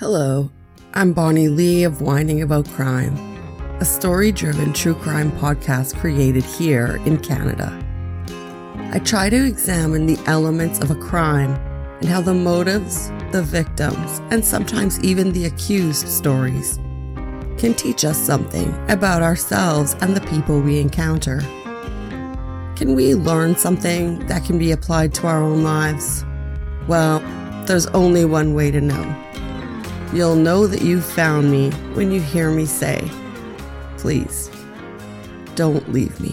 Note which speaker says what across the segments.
Speaker 1: Hello, I'm Bonnie Lee of Whining About Crime, a story driven true crime podcast created here in Canada. I try to examine the elements of a crime and how the motives, the victims, and sometimes even the accused stories can teach us something about ourselves and the people we encounter. Can we learn something that can be applied to our own lives? Well, there's only one way to know. You'll know that you found me when you hear me say, please, don't leave me.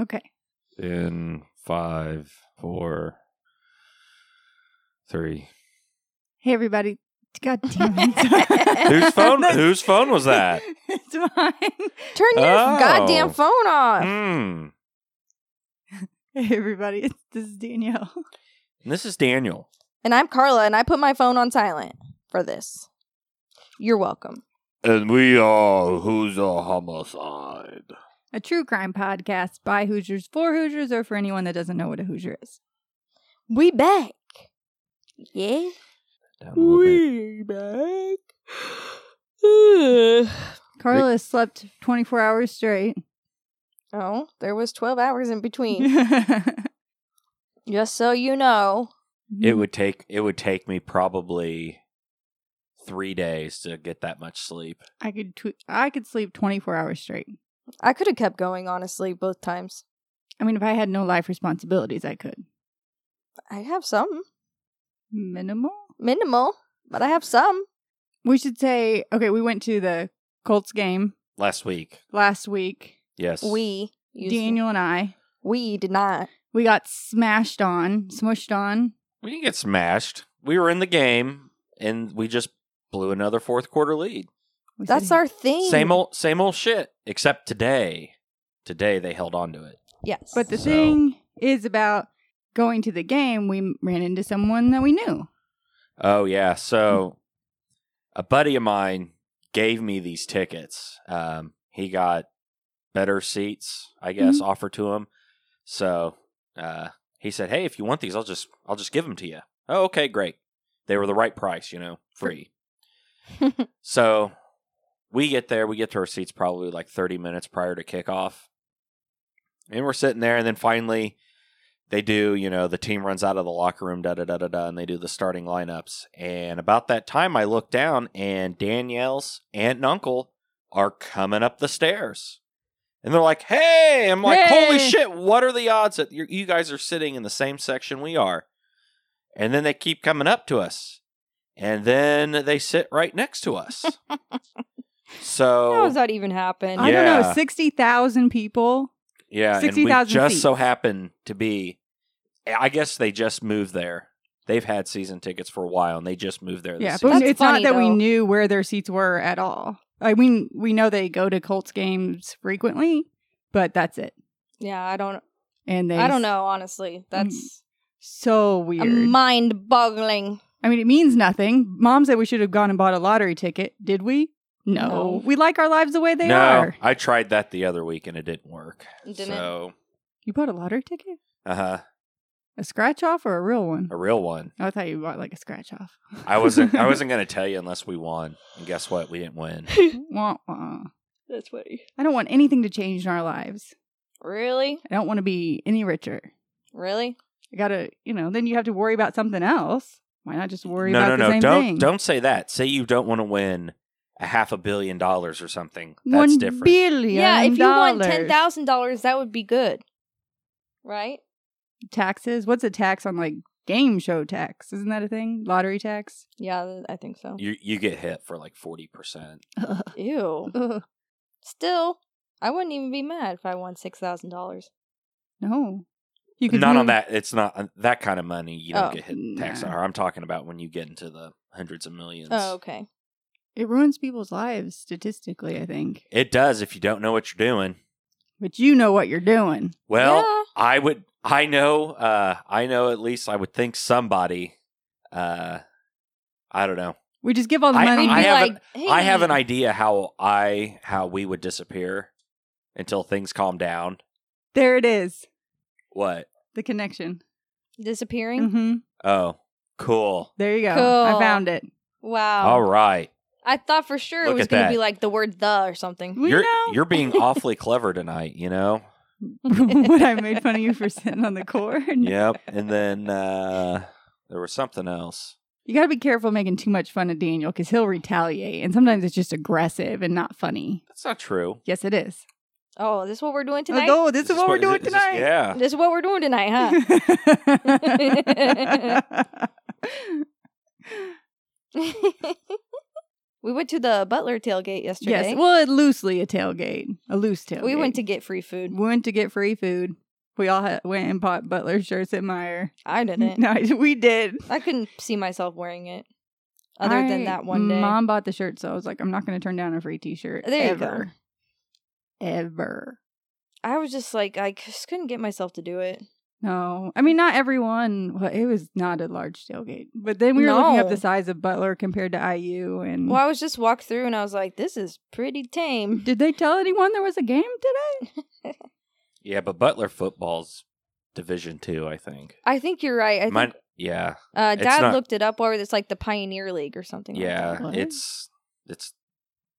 Speaker 2: Okay.
Speaker 3: in five, four, three.
Speaker 2: Hey, everybody. God damn it.
Speaker 3: Whose phone? whose phone was that?
Speaker 2: It's mine.
Speaker 4: Turn your
Speaker 3: Oh.
Speaker 4: goddamn phone off.
Speaker 3: Mm.
Speaker 2: Hey, everybody. It's, this is Danielle.
Speaker 3: And this is Daniel.
Speaker 4: And I'm Carla, and I put my phone on silent for this. You're welcome.
Speaker 3: And we are who's a homicide.
Speaker 2: A true crime podcast by Hoosiers for Hoosiers or for anyone that doesn't know what a Hoosier is.
Speaker 4: We back. Yeah.
Speaker 3: Down a little bit.
Speaker 4: We back. Ugh.
Speaker 2: Carla has slept 24 hours straight.
Speaker 4: oh, there was 12 hours in between.
Speaker 2: it
Speaker 4: Just so you know.
Speaker 3: It would take it would take me probably three days to get that much sleep.
Speaker 2: I could tw- I could sleep 24 hours straight.
Speaker 4: I could have kept going, honestly, both times.
Speaker 2: I mean, if I had no life responsibilities, I could.
Speaker 4: I have some.
Speaker 2: Minimal?
Speaker 4: Minimal, but I have some.
Speaker 2: We should say, okay, we went to the Colts game
Speaker 3: Last week,
Speaker 2: last week.
Speaker 3: yes,
Speaker 4: We. used-
Speaker 2: Daniel and I.
Speaker 4: We did not.
Speaker 2: We got smashed on, smushed on.
Speaker 3: we didn't get smashed. We were in the game, and we just blew another fourth quarter lead.
Speaker 2: We
Speaker 4: That's
Speaker 2: said-
Speaker 4: our thing.
Speaker 3: Same old, same old shit. Except today, today they held on to it.
Speaker 4: Yes.
Speaker 2: But the
Speaker 3: So-
Speaker 2: thing is about going to the game, we ran into someone that we knew.
Speaker 3: Oh yeah, so a buddy of mine gave me these tickets. Um, he got better seats, I guess, offered to him. So uh, he said, "Hey, if you want these, I'll just I'll just give them to you." Oh, okay, great. They were the right price, you know, free. so we get there, we get to our seats probably like 30 minutes prior to kickoff. And we're sitting there, and then finally they do, you know, the team runs out of the locker room, da da da da da, and they do the starting lineups. And about that time, I look down, and Danielle's aunt and uncle are coming up the stairs. And they're like, hey, I'm like, holy
Speaker 2: Hey.
Speaker 3: shit, what are the odds that you you guys are sitting in the same section we are? And then they keep coming up to us. And then they sit right next to us. so
Speaker 4: How does that even happen?
Speaker 2: I don't know,
Speaker 3: Oh. Yeah.
Speaker 2: 60,000 people.
Speaker 3: Yeah, and
Speaker 2: 60,000
Speaker 3: we just so
Speaker 2: seats.
Speaker 3: happen to be. I guess they just moved there. They've had season tickets for a while, and they just moved there. This
Speaker 2: Yeah,
Speaker 3: season.
Speaker 2: but
Speaker 4: That's
Speaker 2: it's
Speaker 4: funny,
Speaker 2: not that we
Speaker 4: though.
Speaker 2: knew where their seats were at all. I mean, we know they go to Colts games frequently, but that's it.
Speaker 4: Yeah, I don't.
Speaker 2: And they
Speaker 4: I don't know, honestly. That's
Speaker 2: So weird.
Speaker 4: mind boggling.
Speaker 2: I mean, it means nothing. Mom said we should have gone and bought a lottery ticket. Did we? No.
Speaker 4: No.
Speaker 2: We like our lives the way they
Speaker 3: no,
Speaker 2: are.
Speaker 3: I tried that the other week and it didn't work.
Speaker 4: Didn't it?
Speaker 3: so,
Speaker 2: You bought a lottery ticket?
Speaker 3: uh huh,
Speaker 2: A scratch off or a real one?
Speaker 3: a real one.
Speaker 2: I thought you bought like a scratch off.
Speaker 3: I wasn't. I wasn't going to tell you unless we won. And guess what? We didn't win.
Speaker 2: Wah, wah.
Speaker 4: That's funny.
Speaker 2: I don't want anything to change in our lives.
Speaker 4: Really?
Speaker 2: I don't want to be any richer.
Speaker 4: Really?
Speaker 2: I gotta, you know, then you have to worry about something else. Why not just worry
Speaker 3: no,
Speaker 2: about the
Speaker 3: no, no.
Speaker 2: same
Speaker 3: don't
Speaker 2: thing?
Speaker 3: don't say that. Say you don't want to win a half a billion dollars or something. That's
Speaker 2: One
Speaker 3: different.
Speaker 2: billion
Speaker 4: Yeah, if you won
Speaker 2: dollars.
Speaker 4: ten thousand dollars, that would be good. Right?
Speaker 2: taxes, what's a tax on like game show tax? Isn't that a thing? Lottery tax?
Speaker 4: Yeah, th- I think so.
Speaker 3: you you get hit for like forty percent.
Speaker 2: Ugh.
Speaker 4: Ew.
Speaker 2: Ugh.
Speaker 4: Still, I wouldn't even be mad if I won six thousand dollars.
Speaker 2: No, you
Speaker 3: Not on
Speaker 2: move-
Speaker 3: that. It's not on that kind of money. You don't
Speaker 4: Oh,
Speaker 3: get hit tax
Speaker 2: nah.
Speaker 3: on. Or I'm talking about when you get into the hundreds of millions.
Speaker 4: Oh, okay.
Speaker 2: It ruins people's lives statistically, I think.
Speaker 3: It does if you don't know what you're doing.
Speaker 2: But you know what you're doing.
Speaker 3: Well,
Speaker 4: Yeah.
Speaker 3: I would I know uh I know at least I would think somebody uh I don't know.
Speaker 2: We just give all the
Speaker 3: I-
Speaker 2: money.
Speaker 4: We'd
Speaker 3: I
Speaker 4: be
Speaker 3: have an-
Speaker 4: like,
Speaker 3: I have an
Speaker 4: "Hey."
Speaker 3: idea how I how we would disappear until things calm down.
Speaker 2: there it is.
Speaker 3: What?
Speaker 2: The connection.
Speaker 4: Disappearing?
Speaker 2: hmm
Speaker 3: Oh, cool.
Speaker 2: There you go. I
Speaker 4: Cool.
Speaker 2: found it.
Speaker 4: Wow.
Speaker 3: All right.
Speaker 4: I thought for sure
Speaker 3: Look
Speaker 4: it was
Speaker 3: at
Speaker 4: going
Speaker 3: that.
Speaker 4: to be like the word the or something.
Speaker 2: We
Speaker 3: you're
Speaker 2: know
Speaker 3: you're being awfully clever tonight, you know?
Speaker 2: what I made fun of you for sitting on the cord.
Speaker 3: Yep. And then uh there was something else.
Speaker 2: You got to be careful making too much fun of Daniel because he'll retaliate. And sometimes it's just aggressive and not funny.
Speaker 3: That's not true.
Speaker 2: Yes, it is.
Speaker 4: Oh, this is what we're doing tonight?
Speaker 2: Oh, this, is what we're doing
Speaker 3: this is-
Speaker 2: tonight.
Speaker 3: yeah.
Speaker 4: This is what we're doing tonight, huh? we went to the Butler tailgate yesterday.
Speaker 2: yes, well, it loosely a tailgate, a loose tailgate.
Speaker 4: we went to get free food.
Speaker 2: we went to get free food. We all had, went and bought Butler shirts at Meyer.
Speaker 4: I didn't.
Speaker 2: No, we did.
Speaker 4: I couldn't see myself wearing it other
Speaker 2: I-
Speaker 4: than that one day.
Speaker 2: mom bought the shirt, so I was like, I'm not going to turn down a free T-shirt.
Speaker 4: There you
Speaker 2: ever. Ever.
Speaker 4: I was just like, I just couldn't get myself to do it.
Speaker 2: No, I mean not everyone. Well, it was not a large tailgate, but then we were looking up
Speaker 4: No.
Speaker 2: the size of Butler compared to IU, and
Speaker 4: Well, I was just walked through and I was like, this is pretty tame.
Speaker 2: did they tell anyone there was a game today?
Speaker 3: Yeah, but Butler football's Division Two, I think.
Speaker 4: I think you're right. I think
Speaker 3: Mine, yeah,
Speaker 4: uh,
Speaker 3: it's
Speaker 4: Dad
Speaker 3: not-
Speaker 4: looked it up, or it's like the Pioneer League or something. like
Speaker 3: yeah.
Speaker 2: What?
Speaker 3: It's it's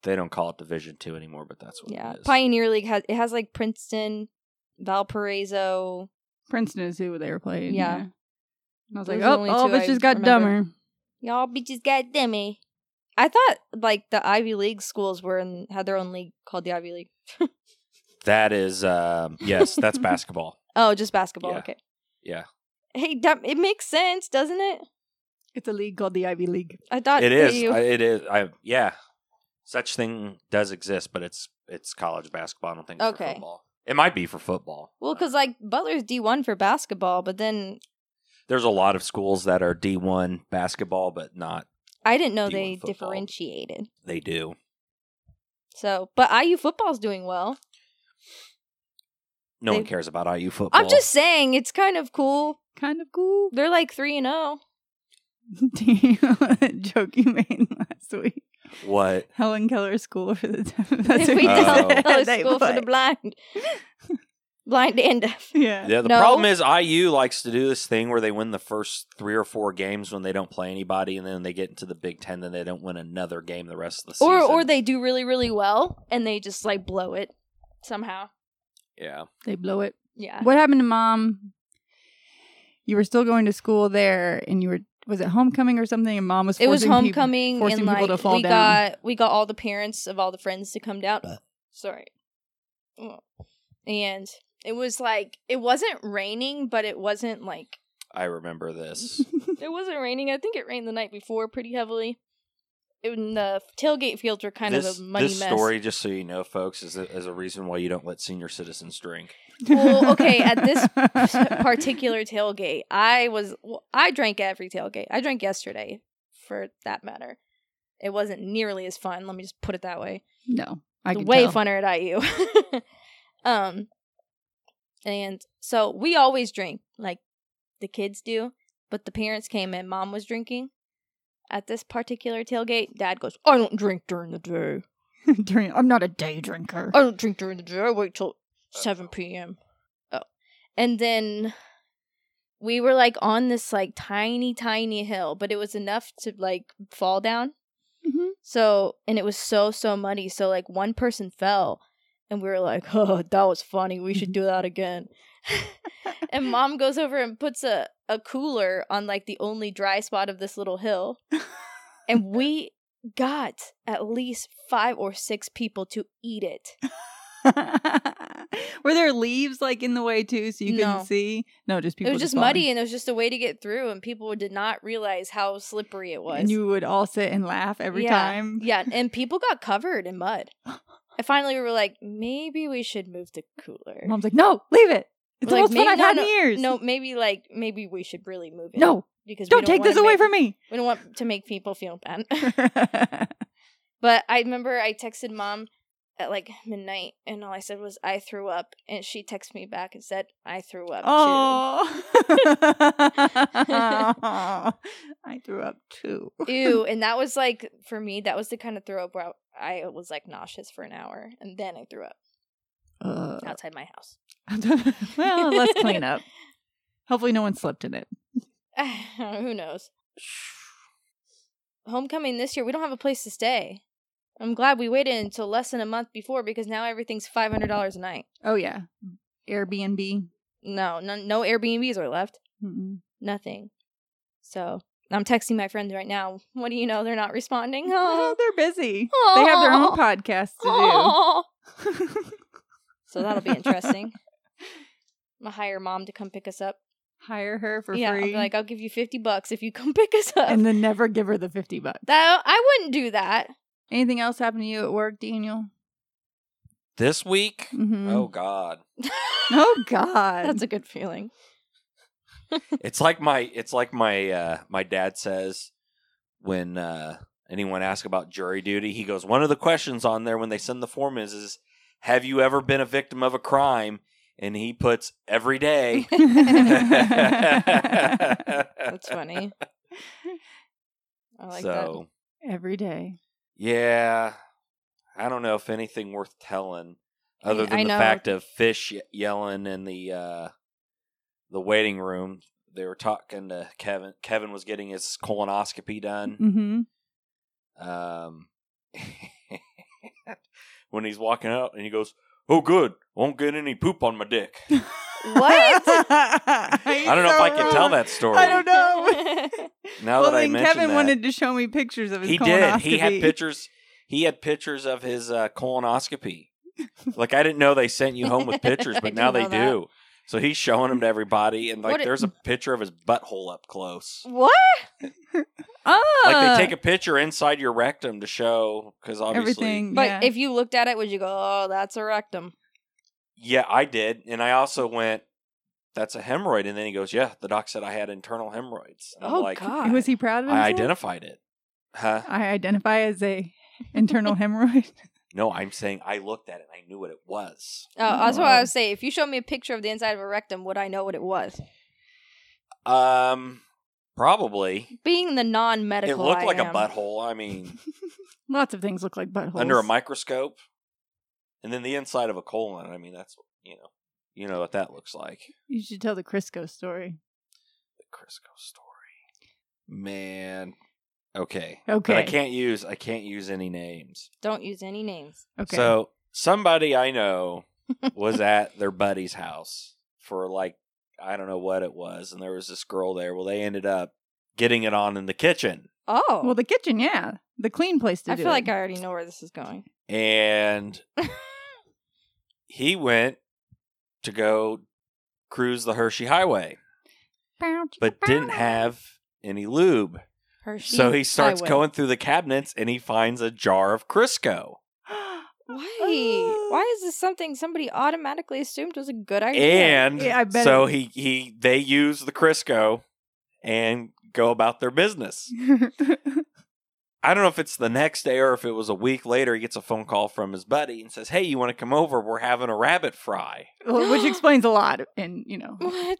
Speaker 3: they don't call it Division Two anymore, but that's what
Speaker 4: that. yeah.
Speaker 3: it is.
Speaker 4: Pioneer League has it has like Princeton, Valparaiso.
Speaker 2: Princeton is who they were playing.
Speaker 4: Yeah.
Speaker 2: and I was
Speaker 4: Those
Speaker 2: like,
Speaker 4: are the
Speaker 2: oh,
Speaker 4: only
Speaker 2: all
Speaker 4: two
Speaker 2: of us
Speaker 4: I
Speaker 2: just got
Speaker 4: remember.
Speaker 2: dumber.
Speaker 4: Y'all bitches got dummy. I thought like the Ivy League schools were in had their own league called the Ivy League.
Speaker 3: That is, um, yes, that's basketball.
Speaker 4: Oh, just basketball.
Speaker 3: Yeah.
Speaker 4: Okay.
Speaker 3: Yeah.
Speaker 4: Hey, that, it makes sense, doesn't it?
Speaker 2: It's a league called the Ivy League.
Speaker 4: I thought
Speaker 3: It is.
Speaker 4: that you-
Speaker 3: I- It is. I yeah, such thing does exist, but it's it's college basketball. I don't think it's for
Speaker 4: Okay.
Speaker 3: football. It might be for football.
Speaker 4: well, because like Butler's D one for basketball, but then
Speaker 3: There's a lot of schools that are D one basketball, but not
Speaker 4: I didn't know
Speaker 3: D1
Speaker 4: they
Speaker 3: football.
Speaker 4: differentiated.
Speaker 3: they do.
Speaker 4: So, but IU football's doing well.
Speaker 3: No one
Speaker 4: They-
Speaker 3: cares about IU football.
Speaker 4: I'm just saying it's kind of cool.
Speaker 2: Kind of cool.
Speaker 4: They're like three and oh. zero.
Speaker 2: Damn, that joke you made last week.
Speaker 3: what
Speaker 2: Helen Keller School for the deaf. That's what
Speaker 4: If we
Speaker 2: you
Speaker 3: Oh.
Speaker 4: don't
Speaker 2: said.
Speaker 4: tell
Speaker 2: They
Speaker 4: school for the
Speaker 2: would.
Speaker 4: blind, blind and deaf.
Speaker 2: Yeah.
Speaker 3: Yeah, the
Speaker 4: No.
Speaker 3: problem is IU likes to do this thing where they win the first three or four games when they don't play anybody, and then they get into the Big Ten, then they don't win another game the rest of the
Speaker 4: Or
Speaker 3: season.
Speaker 4: or they do really really well and they just like blow it somehow.
Speaker 3: yeah,
Speaker 2: They blow it.
Speaker 4: Yeah.
Speaker 2: What happened to mom? You were still going to school there, and you were was it homecoming or something? And mom was
Speaker 4: It was
Speaker 2: forcing peop-
Speaker 4: homecoming
Speaker 2: forcing
Speaker 4: and
Speaker 2: people
Speaker 4: like
Speaker 2: to fall
Speaker 4: we
Speaker 2: down.
Speaker 4: got we got all the parents of all the friends to come down. Sorry. Oh. And it was like it wasn't raining, but it wasn't like
Speaker 3: I remember this.
Speaker 4: it wasn't raining. I think it rained the night before pretty heavily. It, and the tailgate fields were kind
Speaker 3: this
Speaker 4: of a muddy
Speaker 3: this
Speaker 4: mess.
Speaker 3: story, just so you know, folks, is a, is a reason why you don't let senior citizens drink.
Speaker 4: Well, okay, at this particular tailgate. I was well, I drank at every tailgate. I drank yesterday, for that matter. It wasn't nearly as fun. Let me just put it that way.
Speaker 2: no, I could
Speaker 4: way
Speaker 2: tell.
Speaker 4: funner at IU. um, and so we always drink like the kids do, but the parents came in. Mom was drinking at this particular tailgate. Dad goes, "I don't drink during the day.
Speaker 2: During- I'm not a day drinker.
Speaker 4: I don't drink during the day. I wait till seven p.m." Oh, and then we were like on this like tiny, tiny hill, but it was enough to like fall down. mm-hmm.
Speaker 2: Mhm.
Speaker 4: So, and it was so, so muddy. So, like, one person fell, and we were like, oh, that was funny. We
Speaker 2: Mm-hmm.
Speaker 4: should do that again. and mom goes over and puts a, a cooler on, like, the only dry spot of this little hill. and we got at least five or six people to eat it.
Speaker 2: Were there leaves like in the way too, so you
Speaker 4: No.
Speaker 2: couldn't see? No, just people.
Speaker 4: it was just
Speaker 2: falling.
Speaker 4: muddy, and it was just a way to get through, and people did not realize how slippery it was.
Speaker 2: and you would all sit and laugh every
Speaker 4: Yeah.
Speaker 2: time.
Speaker 4: Yeah, and people got covered in mud. And finally, we were like, maybe we should move the cooler.
Speaker 2: Mom's like, "No, leave it. It's the
Speaker 4: Like,
Speaker 2: most fun
Speaker 4: maybe-
Speaker 2: I've
Speaker 4: no,
Speaker 2: had in years.
Speaker 4: No, maybe like maybe we should really move it.
Speaker 2: no,
Speaker 4: because we
Speaker 2: don't take
Speaker 4: wanna
Speaker 2: this away
Speaker 4: make-
Speaker 2: from me."
Speaker 4: We don't want to make people feel bad. But I remember I texted mom at like midnight, and all I said was I threw up, and she texted me back and said I threw up
Speaker 2: Oh. I threw up too.
Speaker 4: too. Ew, and that was like for me, that was the kind of throw up where I was like nauseous for an hour, and then I threw up
Speaker 2: Uh,
Speaker 4: outside my house.
Speaker 2: well, let's clean up. Hopefully, no one slept in it.
Speaker 4: Who knows? Homecoming this year, we don't have a place to stay. I'm glad we waited until less than a month before because now everything's five hundred dollars a night.
Speaker 2: Oh yeah, Airbnb.
Speaker 4: No, no, no Airbnbs are left.
Speaker 2: Mm-mm.
Speaker 4: Nothing. So I'm texting my friends right now. What do you know? They're not responding.
Speaker 2: Oh,
Speaker 4: Oh,
Speaker 2: they're busy. They have their own
Speaker 4: Aw.
Speaker 2: podcast to
Speaker 4: Aw.
Speaker 2: do.
Speaker 4: So that'll be interesting. I'm gonna hire mom to come pick us up.
Speaker 2: Hire her for
Speaker 4: yeah, I'll
Speaker 2: free,
Speaker 4: be like I'll give you fifty bucks if you come pick us up.
Speaker 2: and then never give her the fifty bucks.
Speaker 4: that I wouldn't do that.
Speaker 2: Anything else happen to you at work, Daniel?
Speaker 3: This week?
Speaker 2: Mm-hmm.
Speaker 3: Oh God.
Speaker 2: Oh God.
Speaker 4: That's a good feeling.
Speaker 3: It's like my it's like my uh my dad says when uh anyone asks about jury duty, he goes, One of the questions on there when they send the form is is have you ever been a victim of a crime? And he puts every day.
Speaker 4: That's funny. I like that.
Speaker 3: so
Speaker 2: Every day.
Speaker 3: yeah. I don't know if anything worth telling other
Speaker 4: I-
Speaker 3: than
Speaker 4: I
Speaker 3: the
Speaker 4: know.
Speaker 3: fact of fish ye- yelling in the uh the waiting room. They were talking to Kevin. Kevin was getting his colonoscopy done.
Speaker 2: Mm-hmm.
Speaker 3: Um, when he's walking out and he goes, "Oh, good, won't get any poop on my dick."
Speaker 4: What?
Speaker 3: I don't know if I can tell that story.
Speaker 2: I don't know.
Speaker 3: Now
Speaker 2: well,
Speaker 3: that I
Speaker 2: then
Speaker 3: mentioned
Speaker 2: Kevin
Speaker 3: that,
Speaker 2: wanted to show me pictures of his
Speaker 3: he did. He had
Speaker 2: colonoscopy.
Speaker 3: pictures. He had pictures of his uh, colonoscopy. like I didn't know they sent you home with pictures,
Speaker 4: I
Speaker 3: but now they
Speaker 4: didn't know
Speaker 3: do. So he's showing them to everybody, and like
Speaker 4: What it-
Speaker 3: there's a picture of his butthole up close.
Speaker 4: what?
Speaker 2: Oh,
Speaker 3: Like they take a picture inside your rectum to show, because obviously
Speaker 2: everything.
Speaker 4: But
Speaker 2: yeah.
Speaker 4: if you looked at it, would you go, "Oh, that's a rectum"?
Speaker 3: Yeah, I did. And I also went, that's a hemorrhoid. And then he goes, yeah, the doc said I had internal hemorrhoids. And I'm
Speaker 4: Oh,
Speaker 3: like,
Speaker 4: God.
Speaker 2: was he proud of himself?
Speaker 3: I identified it. Huh?
Speaker 2: I identify as a internal hemorrhoid.
Speaker 3: No, I'm saying I looked at it and I knew what it was.
Speaker 4: Oh, that's what I
Speaker 2: Oh.
Speaker 4: would say. If you showed me a picture of the inside of a rectum, would I know what it was?
Speaker 3: Um, probably.
Speaker 4: Being the non-medical,
Speaker 3: it looked
Speaker 4: I
Speaker 3: like a
Speaker 4: am.
Speaker 3: butthole. I mean,
Speaker 2: Lots of things look like buttholes.
Speaker 3: under a microscope. And then the inside of a colon. I mean, that's, you know, you know what that looks like.
Speaker 2: You should tell the Crisco story.
Speaker 3: The Crisco story. Man. Okay. But I
Speaker 2: Okay.
Speaker 3: can't use, I can't use any names.
Speaker 4: Don't use any names.
Speaker 2: Okay.
Speaker 3: So somebody I know was at their buddy's house for like I don't know what it was, and there was this girl there. Well, they ended up getting it on in the kitchen,
Speaker 4: Oh,
Speaker 2: well, the kitchen, yeah, the clean place to
Speaker 4: I
Speaker 2: do.
Speaker 4: feel
Speaker 2: it.
Speaker 4: like I already know where this is going.
Speaker 3: and he went to go cruise the Hershey Highway, but didn't have any lube.
Speaker 4: Hershey.
Speaker 3: So he starts
Speaker 4: Highway.
Speaker 3: going through the cabinets and he finds a jar of Crisco.
Speaker 4: Why?
Speaker 2: "Ah."
Speaker 4: Why is this something somebody automatically assumed was a good idea?
Speaker 3: And
Speaker 2: Yeah, I bet
Speaker 3: so
Speaker 2: it-
Speaker 3: he he they use the Crisco and go about their business. I don't know if it's the next day or if it was a week later. He gets a phone call from his buddy and says, "Hey, you want to come over? We're having a rabbit fry."
Speaker 2: Well, which explains a lot, and you know,
Speaker 4: what?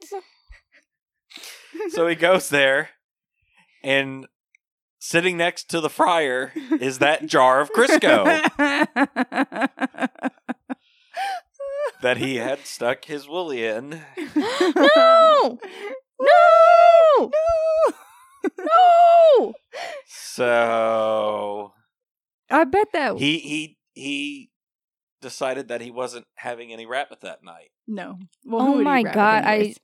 Speaker 3: so he goes there, and sitting next to the fryer is that jar of Crisco that he had stuck his willy in.
Speaker 4: No!
Speaker 2: No!
Speaker 4: no!
Speaker 3: So
Speaker 2: I bet
Speaker 4: Oh.
Speaker 2: that
Speaker 3: he he he decided that he wasn't having any rabbit that night.
Speaker 2: no. Well, who
Speaker 4: oh
Speaker 2: would eat
Speaker 4: my
Speaker 2: rabbit
Speaker 4: god, I
Speaker 2: anyways?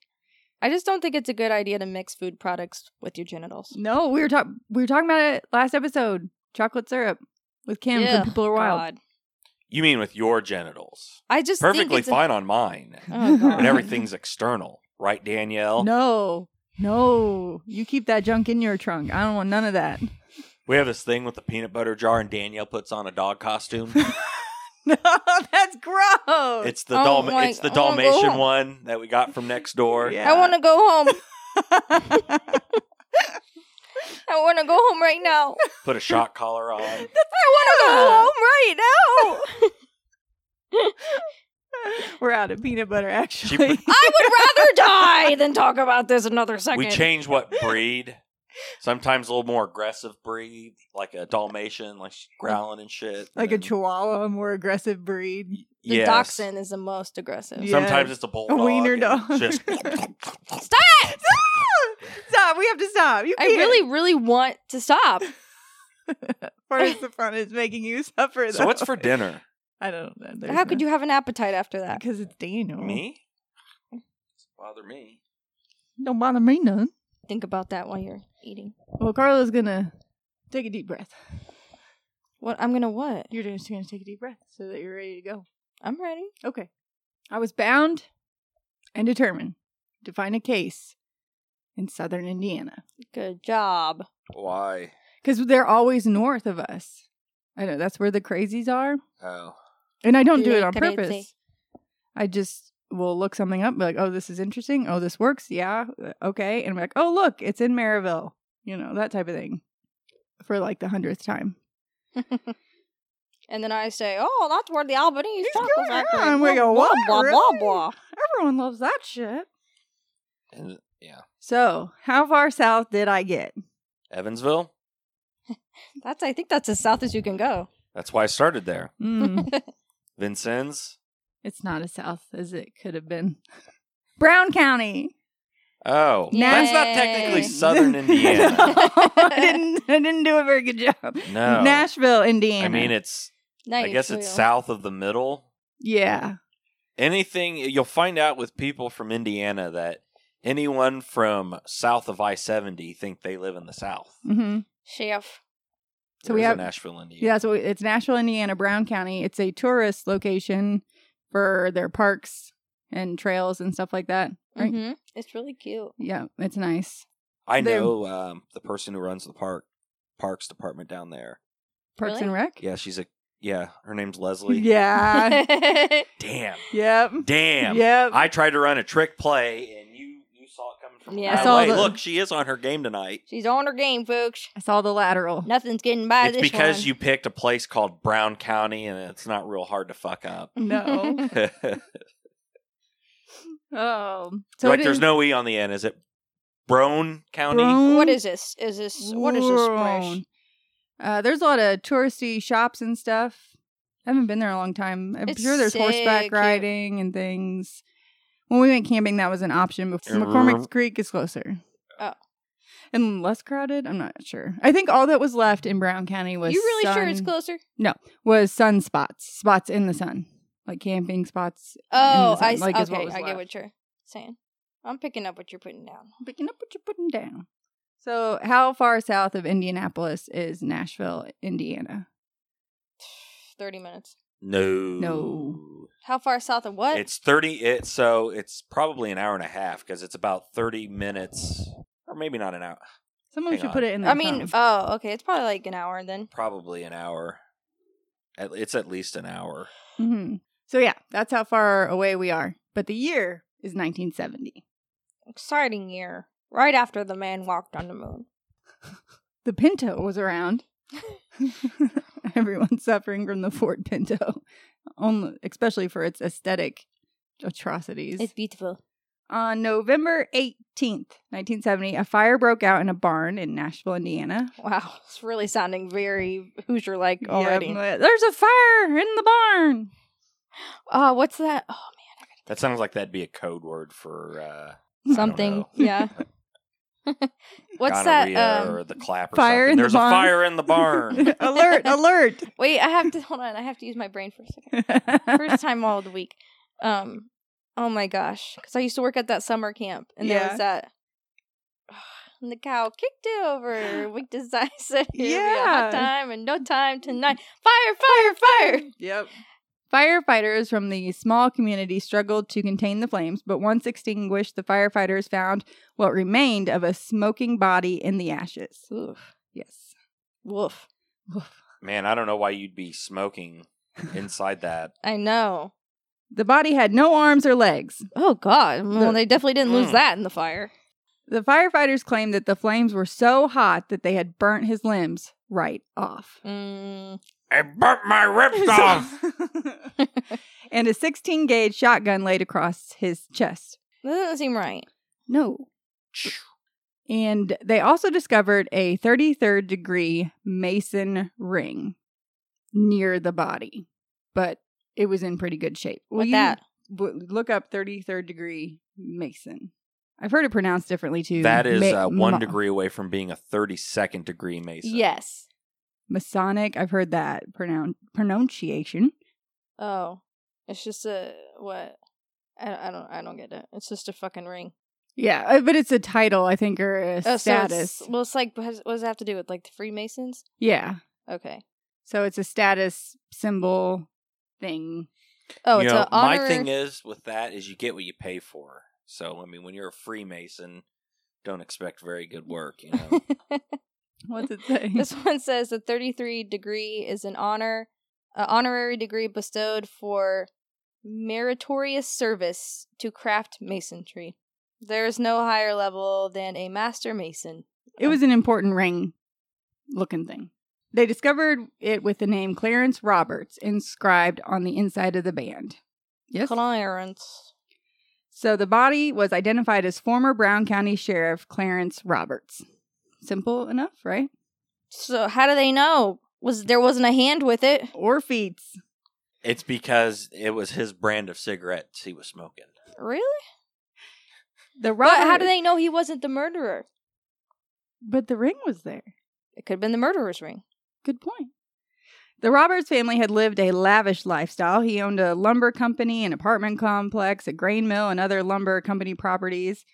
Speaker 4: I just don't think it's a good idea to mix food products with your genitals.
Speaker 2: no. We were talking. We were talking about it last episode. Chocolate syrup with Kim. from
Speaker 4: Ugh,
Speaker 2: people are wild.
Speaker 4: God.
Speaker 3: You mean with your genitals?
Speaker 4: I just think
Speaker 3: Perfectly
Speaker 4: it's a-
Speaker 3: fine on mine.
Speaker 4: Oh, God.
Speaker 3: When everything's external, right, Danielle?
Speaker 2: No, no. You keep that junk in your trunk. I don't want none of that.
Speaker 3: We have this thing with the peanut butter jar, and Danielle puts on a dog costume.
Speaker 2: No, that's gross.
Speaker 3: It's the
Speaker 4: Oh
Speaker 3: Dalma-
Speaker 4: my-
Speaker 3: it's the
Speaker 4: I wanna go
Speaker 3: Dalmatian
Speaker 4: home.
Speaker 3: one that we got from next door.
Speaker 2: Yeah.
Speaker 4: I want to go home. I I want to go home right now.
Speaker 3: Put a shock collar on.
Speaker 4: I want to go home right now.
Speaker 2: We're out of peanut butter,
Speaker 3: She
Speaker 2: actually.
Speaker 3: pre-
Speaker 4: I would rather die than talk about this another second.
Speaker 3: we change what breed. Sometimes a little more aggressive breed, like a Dalmatian, like she's growling and shit.
Speaker 2: like a
Speaker 3: And-
Speaker 2: chihuahua, a more aggressive breed.
Speaker 4: The
Speaker 3: Yes.
Speaker 4: dachshund is the most aggressive.
Speaker 2: Yeah.
Speaker 3: Sometimes it's a bulldog.
Speaker 2: wiener
Speaker 3: and
Speaker 2: dog.
Speaker 3: Just
Speaker 4: Stop! it!
Speaker 2: Stop! We have to stop. You
Speaker 4: I
Speaker 2: can't.
Speaker 4: really, really want to stop.
Speaker 2: Forrest the front is making you suffer.
Speaker 3: so what's for dinner?
Speaker 2: I don't know.
Speaker 4: How could you have an appetite after that?
Speaker 2: Because it's Daniel.
Speaker 3: Me? Doesn't bother me.
Speaker 2: Don't bother me none.
Speaker 4: Think about that while you're eating.
Speaker 2: Well, Carla's gonna take a deep breath.
Speaker 4: What? I'm gonna what?
Speaker 2: You're just gonna take a deep breath so that you're ready to go.
Speaker 4: I'm ready.
Speaker 2: Okay. I was bound and determined to find a case in southern Indiana
Speaker 4: Good job.
Speaker 3: Why?
Speaker 2: because they're always north of us. I know that's where the crazies are,
Speaker 3: Oh.
Speaker 2: and I don't do it
Speaker 4: Le
Speaker 2: on
Speaker 4: crazy.
Speaker 2: purpose. I just will look something up, be like, "Oh, this is interesting. Oh, this works. Yeah, uh, okay." And I'm like, "Oh, look, it's in Maryville." You know that type of thing for like the hundredth time.
Speaker 4: and then I say, "Oh, that's where the Albanese
Speaker 2: He's
Speaker 4: tacos
Speaker 2: going
Speaker 4: are."
Speaker 2: on. We go, "What?
Speaker 4: Blah blah
Speaker 2: Really?"
Speaker 4: blah.
Speaker 2: Everyone loves that shit.
Speaker 3: And, yeah.
Speaker 2: So, how far south did I get?
Speaker 3: Evansville?
Speaker 4: That's. I think that's as south as you can go.
Speaker 3: That's why I started there.
Speaker 2: Mm.
Speaker 3: Vincennes?
Speaker 2: It's not as south as it could have been. Brown County.
Speaker 3: Oh.
Speaker 4: Yay.
Speaker 3: That's not technically southern Indiana.
Speaker 2: I didn't. I didn't do a very good job.
Speaker 3: No.
Speaker 2: Nashville, Indiana.
Speaker 3: I mean, it's,
Speaker 4: Nice.
Speaker 3: I guess it's
Speaker 4: Julio.
Speaker 3: south of the middle.
Speaker 2: yeah.
Speaker 3: Anything, you'll find out with people from Indiana that anyone from south of I 70 think they live in the south.
Speaker 2: hmm
Speaker 4: Chef.
Speaker 2: So
Speaker 3: There
Speaker 2: we
Speaker 3: is a
Speaker 2: have-
Speaker 3: Nashville, Indiana.
Speaker 2: Yeah. So it's Nashville, Indiana, Brown County. It's a tourist location for their parks and trails and stuff like that. Right.
Speaker 4: hmm It's really cute.
Speaker 2: Yeah, it's nice.
Speaker 3: I
Speaker 2: They're-
Speaker 3: know um, the person who runs the park parks department down there.
Speaker 2: Parks
Speaker 4: Really?
Speaker 2: and Rec.
Speaker 3: Yeah, she's a yeah. Her name's Leslie.
Speaker 2: Yeah. Uh,
Speaker 3: Damn.
Speaker 2: yep.
Speaker 3: Damn.
Speaker 2: Yep.
Speaker 3: I tried to run a trick play, and you you saw it coming from
Speaker 4: Yeah.
Speaker 3: yeah.
Speaker 4: I
Speaker 2: saw
Speaker 3: away.
Speaker 2: the-
Speaker 3: Look, she is on her game tonight.
Speaker 4: She's on her game, folks.
Speaker 2: I saw the lateral.
Speaker 4: Nothing's getting by
Speaker 3: it's
Speaker 4: this
Speaker 3: because
Speaker 4: one.
Speaker 3: you picked a place called Brown County, and it's not real hard to fuck up.
Speaker 2: No.
Speaker 3: like,
Speaker 2: Oh. So it
Speaker 3: there's
Speaker 2: is-
Speaker 3: no e on the end. Is it Brown County?
Speaker 2: Brown
Speaker 4: What is this? Is this what is this fresh?
Speaker 2: Brown. Uh, there's a lot of touristy shops and stuff. I haven't been there in a long time. I'm
Speaker 4: It's
Speaker 2: sure there's horseback
Speaker 4: sick, yeah.
Speaker 2: riding and things. When we went camping, that was an option. But
Speaker 3: Mhm.
Speaker 2: McCormick's Creek is closer.
Speaker 4: Oh.
Speaker 2: And less crowded. I'm not sure. I think all that was left in Brown County was
Speaker 4: You really sure it's
Speaker 2: sun-
Speaker 4: closer?
Speaker 2: was sunspots, spots in the sun, like camping spots.
Speaker 4: Oh,
Speaker 2: sun,
Speaker 4: I s-
Speaker 2: like, is what
Speaker 4: okay.
Speaker 2: was
Speaker 4: I get
Speaker 2: left.
Speaker 4: what you're saying. I'm picking up what you're putting down.
Speaker 2: Picking up what you're putting down. So, how far south of Indianapolis is Nashville, Indiana?
Speaker 4: Thirty minutes.
Speaker 3: No.
Speaker 2: No.
Speaker 4: How far south of what?
Speaker 3: It's thirty. It so it's probably an hour and a half because it's about thirty minutes, or maybe not an hour.
Speaker 2: Someone
Speaker 3: Hang
Speaker 2: should
Speaker 3: on.
Speaker 2: put it in. Their
Speaker 4: I mean,
Speaker 2: phone.
Speaker 4: oh, okay. It's probably like an hour then.
Speaker 3: probably an hour. At, it's at least an hour.
Speaker 2: Mhm. So yeah, that's how far away we are. But the year is 1970.
Speaker 4: Exciting year. Right after the man walked on the moon.
Speaker 2: The Pinto was around. Everyone's suffering from the Ford Pinto, only especially for its aesthetic atrocities.
Speaker 4: It's beautiful.
Speaker 2: On November 18th, 1970, a fire broke out in a barn in Nashville, Indiana.
Speaker 4: Wow, it's really sounding very Hoosier like already.
Speaker 2: Yep, There's a fire in the barn.
Speaker 4: Oh, what's that? Oh,
Speaker 3: That sounds like that'd be a code word for uh,
Speaker 4: man. something.
Speaker 3: know.
Speaker 4: Yeah. what's that?
Speaker 3: gonorrhea
Speaker 4: Um,
Speaker 3: or the clap or
Speaker 2: fire
Speaker 3: something.
Speaker 2: in the
Speaker 3: There's
Speaker 2: barn.
Speaker 3: a fire in the barn.
Speaker 2: alert! Alert!
Speaker 4: wait, I have to hold on. I have to use my brain for a second. First time all the week. Um, oh my gosh, because I used to work at that summer camp, and there
Speaker 2: Yeah.
Speaker 4: was that. And the cow kicked it over. We decided
Speaker 2: Yeah.
Speaker 4: yeah, time and no time tonight. Fire! Fire! Fire!
Speaker 2: Yep. Firefighters from the small community struggled to contain the flames, but once extinguished, the firefighters found what remained of a smoking body in the ashes.
Speaker 4: Oof.
Speaker 2: Yes.
Speaker 4: Woof.
Speaker 3: Man, I don't know why you'd be smoking inside that.
Speaker 4: I know.
Speaker 2: The body had no arms or legs.
Speaker 4: Oh God. Well,
Speaker 2: Look.
Speaker 4: they definitely didn't lose
Speaker 3: Mm.
Speaker 4: that in the fire.
Speaker 2: The firefighters claimed that the flames were so hot that they had burnt his limbs right off.
Speaker 4: Mm,
Speaker 3: I burnt my ribs off.
Speaker 2: and a 16 gauge shotgun laid across his chest.
Speaker 4: that doesn't seem right.
Speaker 2: No. And they also discovered a 33rd degree Mason ring near the body, but it was in pretty good shape. Will
Speaker 4: What
Speaker 2: you
Speaker 4: that?
Speaker 2: w- look up 33rd degree Mason? I've heard it pronounced differently too.
Speaker 3: That is
Speaker 2: Ma-
Speaker 3: uh, one
Speaker 2: ma-
Speaker 3: degree away from being a 32nd degree Mason.
Speaker 4: Yes.
Speaker 2: Masonic. I've heard that pronoun- pronunciation.
Speaker 4: Oh, it's just a what? I, I don't I don't get it. It's just a fucking ring.
Speaker 2: Yeah, uh, but it's a title, I think, or a
Speaker 4: Oh, so it's-
Speaker 2: status.
Speaker 4: well, it's like has, what does it have to do with like the Freemasons?
Speaker 2: yeah.
Speaker 4: Okay.
Speaker 2: So it's a status symbol thing.
Speaker 4: Oh,
Speaker 3: you
Speaker 4: it's
Speaker 3: know,
Speaker 4: a honor.
Speaker 3: my thing is with that is you get what you pay for. So I mean, when you're a Freemason, don't expect very good work. You know,
Speaker 2: What's it say?
Speaker 4: this one says the 33 degree is an honor, a honorary degree bestowed for meritorious service to craft masonry. There is no higher level than a master mason.
Speaker 2: It was an important ring looking thing. They discovered it with the name Clarence Roberts inscribed on the inside of the band. Yes.
Speaker 4: Clarence.
Speaker 2: So the body was identified as former Brown County Sheriff Clarence Roberts. Simple enough, right?
Speaker 4: So how do they know? Was there wasn't a hand with it?
Speaker 2: Or feats.
Speaker 3: it's because it was his brand of cigarettes he was smoking.
Speaker 4: Really?
Speaker 2: The Robert,
Speaker 4: But how do they know he wasn't the murderer?
Speaker 2: But the ring was there.
Speaker 4: It could have been the murderer's ring.
Speaker 2: Good point. The Roberts family had lived a lavish lifestyle. He owned a lumber company, an apartment complex, a grain mill, and other lumber company properties.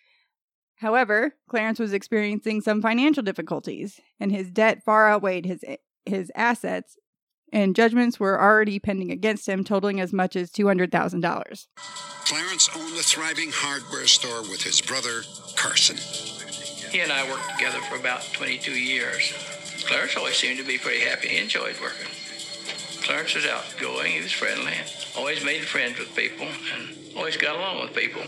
Speaker 2: However, Clarence was experiencing some financial difficulties, and his debt far outweighed his his assets, and judgments were already pending against him totaling as much as $200,000.
Speaker 5: Clarence owned a thriving hardware store with his brother, Carson.
Speaker 6: He and I worked together for about 22 years. Clarence always seemed to be pretty happy. He enjoyed working. Clarence was outgoing. He was friendly. Always made friends with people and always got along with people.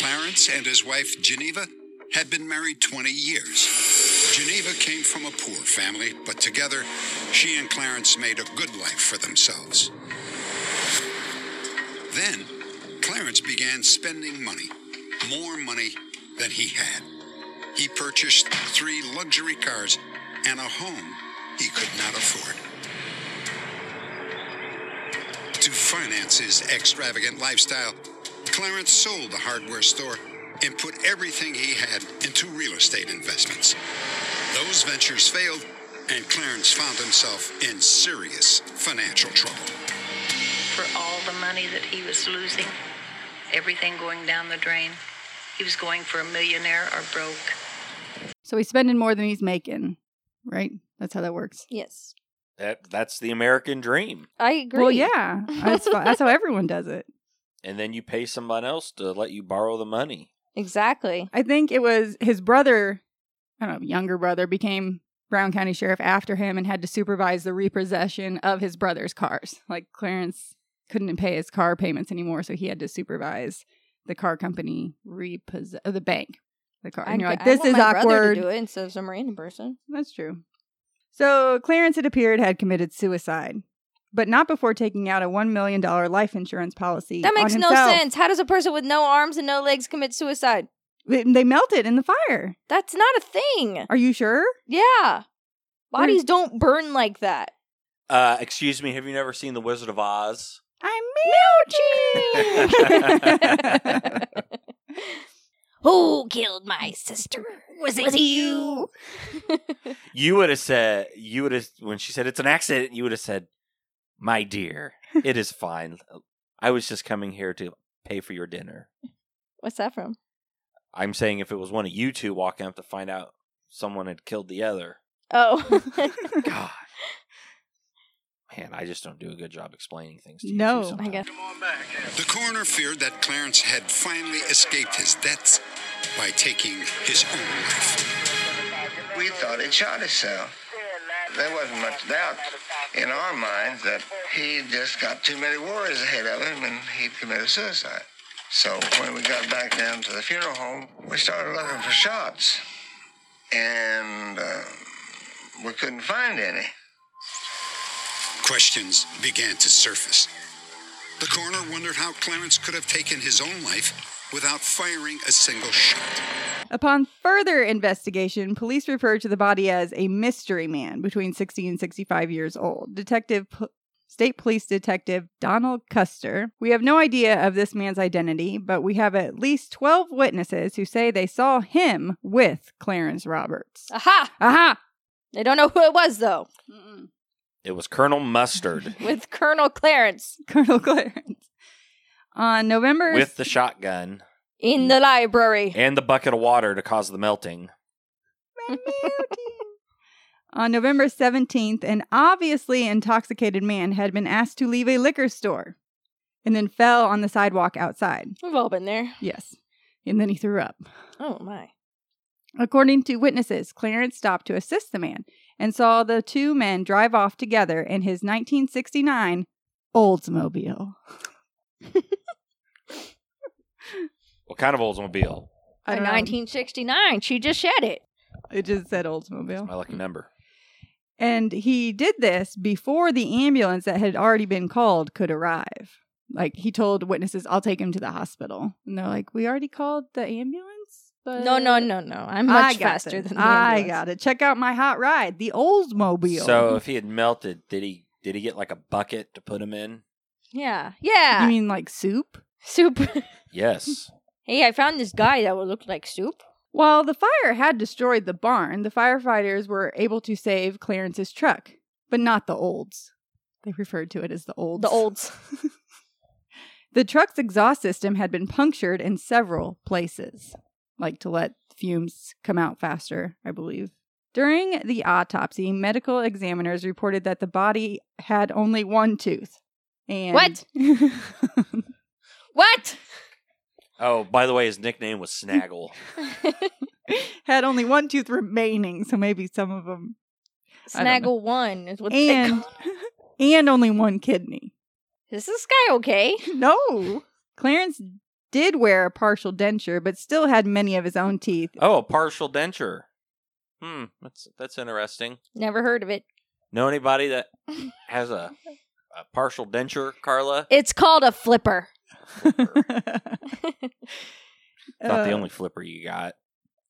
Speaker 5: Clarence and his wife, Geneva, had been married 20 years. Geneva came from a poor family, but together, she and Clarence made a good life for themselves. Then, Clarence began spending money, more money than he had. He purchased three luxury cars and a home he could not afford. To finance his extravagant lifestyle, Clarence sold the hardware store and put everything he had into real estate investments. Those ventures failed, and Clarence found himself in serious financial trouble.
Speaker 7: for all the money that he was losing, everything going down the drain. He was going for a millionaire or broke.
Speaker 2: So he's spending more than he's making, right? That's how that works.
Speaker 4: Yes.
Speaker 3: That that's the American dream.
Speaker 4: I agree.
Speaker 2: Well, yeah. That's, that's how everyone does it.
Speaker 3: And then you pay someone else to let you borrow the money.
Speaker 4: Exactly.
Speaker 2: I think it was his brother, I don't know, younger brother, became Brown County Sheriff after him and had to supervise the repossession of his brother's cars. Like Clarence couldn't pay his car payments anymore, so he had to supervise the car company repossess the bank the car. And you're like,
Speaker 4: I
Speaker 2: this
Speaker 4: want
Speaker 2: is
Speaker 4: my brother
Speaker 2: awkward.
Speaker 4: To do it instead of some random person.
Speaker 2: That's true. So Clarence, it appeared, had committed suicide, but not before taking out a one million dollar life insurance policy.
Speaker 4: That
Speaker 2: on
Speaker 4: makes no
Speaker 2: himself.
Speaker 4: sense. How does a person with no arms and no legs commit suicide?
Speaker 2: They- They melted in the fire.
Speaker 4: That's not a thing.
Speaker 2: Are you sure?
Speaker 4: Yeah. Bodies don't burn like that.
Speaker 3: Uh, excuse me, have you never seen The Wizard of Oz?
Speaker 2: I'm
Speaker 3: Milching!
Speaker 4: Who killed my sister? Was it you?
Speaker 3: You would have said you would have when she said it's an accident. You would have said, "My dear, it is fine. I was just coming here to pay for your dinner."
Speaker 4: What's that from?
Speaker 3: I'm saying if it was one of you two walking up to find out someone had killed the other,
Speaker 4: Oh.
Speaker 3: God, man, I just don't do a good job explaining things. To you
Speaker 2: No.
Speaker 3: two
Speaker 2: I
Speaker 4: I guess.
Speaker 3: sometimes.
Speaker 5: The coroner feared that Clarence had finally escaped his debts by taking his own life.
Speaker 8: We thought he shot himself. There wasn't much doubt in our minds that he just got too many worries ahead of him and he committed suicide. So when we got back down to the funeral home, we started looking for shots, and uh, we couldn't find any.
Speaker 5: Questions began to surface. The coroner wondered how Clarence could have taken his own life without firing a single shot.
Speaker 2: Upon further investigation, police referred to the body as a mystery man between 60 and 65 years old. Detective P- State Police Detective Donald Custer. We have no idea of this man's identity, but we have at least 12 witnesses who say they saw him with Clarence Roberts.
Speaker 4: Aha!
Speaker 2: Aha!
Speaker 4: They don't know who it was though.
Speaker 3: It was Colonel Mustard
Speaker 4: With Colonel Clarence
Speaker 2: Colonel Clarence. On November
Speaker 3: with the shotgun
Speaker 4: in the library.
Speaker 3: and the bucket of water to cause the melting.
Speaker 2: On November 17th, an obviously intoxicated man had been asked to leave a liquor store and then fell on the sidewalk outside.
Speaker 4: We've all been there.
Speaker 2: Yes. And then he threw up.
Speaker 4: Oh my.
Speaker 2: According to witnesses, Clarence stopped to assist the man and saw the two men drive off together in his 1969 Oldsmobile.
Speaker 3: What kind of Oldsmobile?
Speaker 2: I
Speaker 4: In
Speaker 2: don't know.
Speaker 4: 1969. She just shed it.
Speaker 2: It just said Oldsmobile.
Speaker 3: My lucky number.
Speaker 2: And he did this before the ambulance that had already been called could arrive. Like he told witnesses, I'll take him to the hospital. And they're like, We already called the ambulance? But
Speaker 4: No, no, no, no. I'm
Speaker 2: Uh, I
Speaker 4: much
Speaker 2: got
Speaker 4: faster
Speaker 2: this.
Speaker 4: than the
Speaker 2: I
Speaker 4: ambulance.
Speaker 2: got it. Check out my hot ride, the Oldsmobile.
Speaker 3: So if he had melted, did he did he get like a bucket to put him in?
Speaker 4: Yeah, yeah.
Speaker 2: you mean like soup?
Speaker 4: soup?
Speaker 3: Yes.
Speaker 4: hey, I found this guy that would look like soup.
Speaker 2: While the fire had destroyed the barn, the firefighters were able to save Clarence's truck, but not the Olds. They referred to it as the Olds.
Speaker 4: The olds.
Speaker 2: The truck's exhaust system had been punctured in several places, like to let fumes come out faster, I believe. During the autopsy, medical examiners reported that the body had only one tooth. And
Speaker 4: What? What?
Speaker 3: Oh, by the way, his nickname was Snaggle.
Speaker 2: had only one tooth remaining, so maybe some of them I don't know.
Speaker 4: Snaggle one is what they
Speaker 2: and
Speaker 4: call.
Speaker 2: and only one kidney.
Speaker 4: Is this guy okay?
Speaker 2: No. Clarence did wear a partial denture, but still had many of his own teeth.
Speaker 3: Oh, a partial denture. Hmm, that's that's interesting.
Speaker 4: Never heard of it.
Speaker 3: Know anybody that has a, a partial denture, Carla?
Speaker 4: It's called a flipper.
Speaker 3: Not the
Speaker 2: Uh,
Speaker 3: only flipper you got.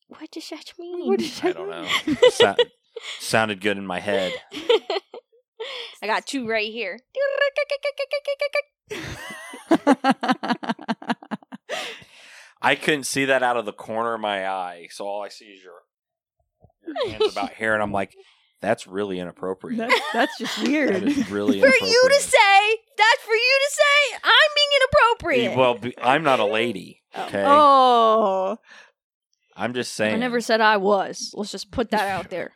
Speaker 4: What does that mean?
Speaker 2: What does
Speaker 3: I
Speaker 2: that
Speaker 3: don't
Speaker 2: mean?
Speaker 3: know. Sou- sounded good in my head.
Speaker 4: I got two right here.
Speaker 3: I couldn't see that out of the corner of my eye, so all I see is your your hands about here, and I'm like, that's really inappropriate.
Speaker 2: That's, that's just
Speaker 3: that
Speaker 2: weird.
Speaker 3: is really
Speaker 4: for
Speaker 3: inappropriate.
Speaker 4: you to say. That's for you to say. I'm being inappropriate.
Speaker 3: Well, be- I'm not a lady.
Speaker 4: Oh.
Speaker 3: Okay,
Speaker 2: Oh.
Speaker 3: I'm just saying.
Speaker 4: I never said I was. Let's just put that out there.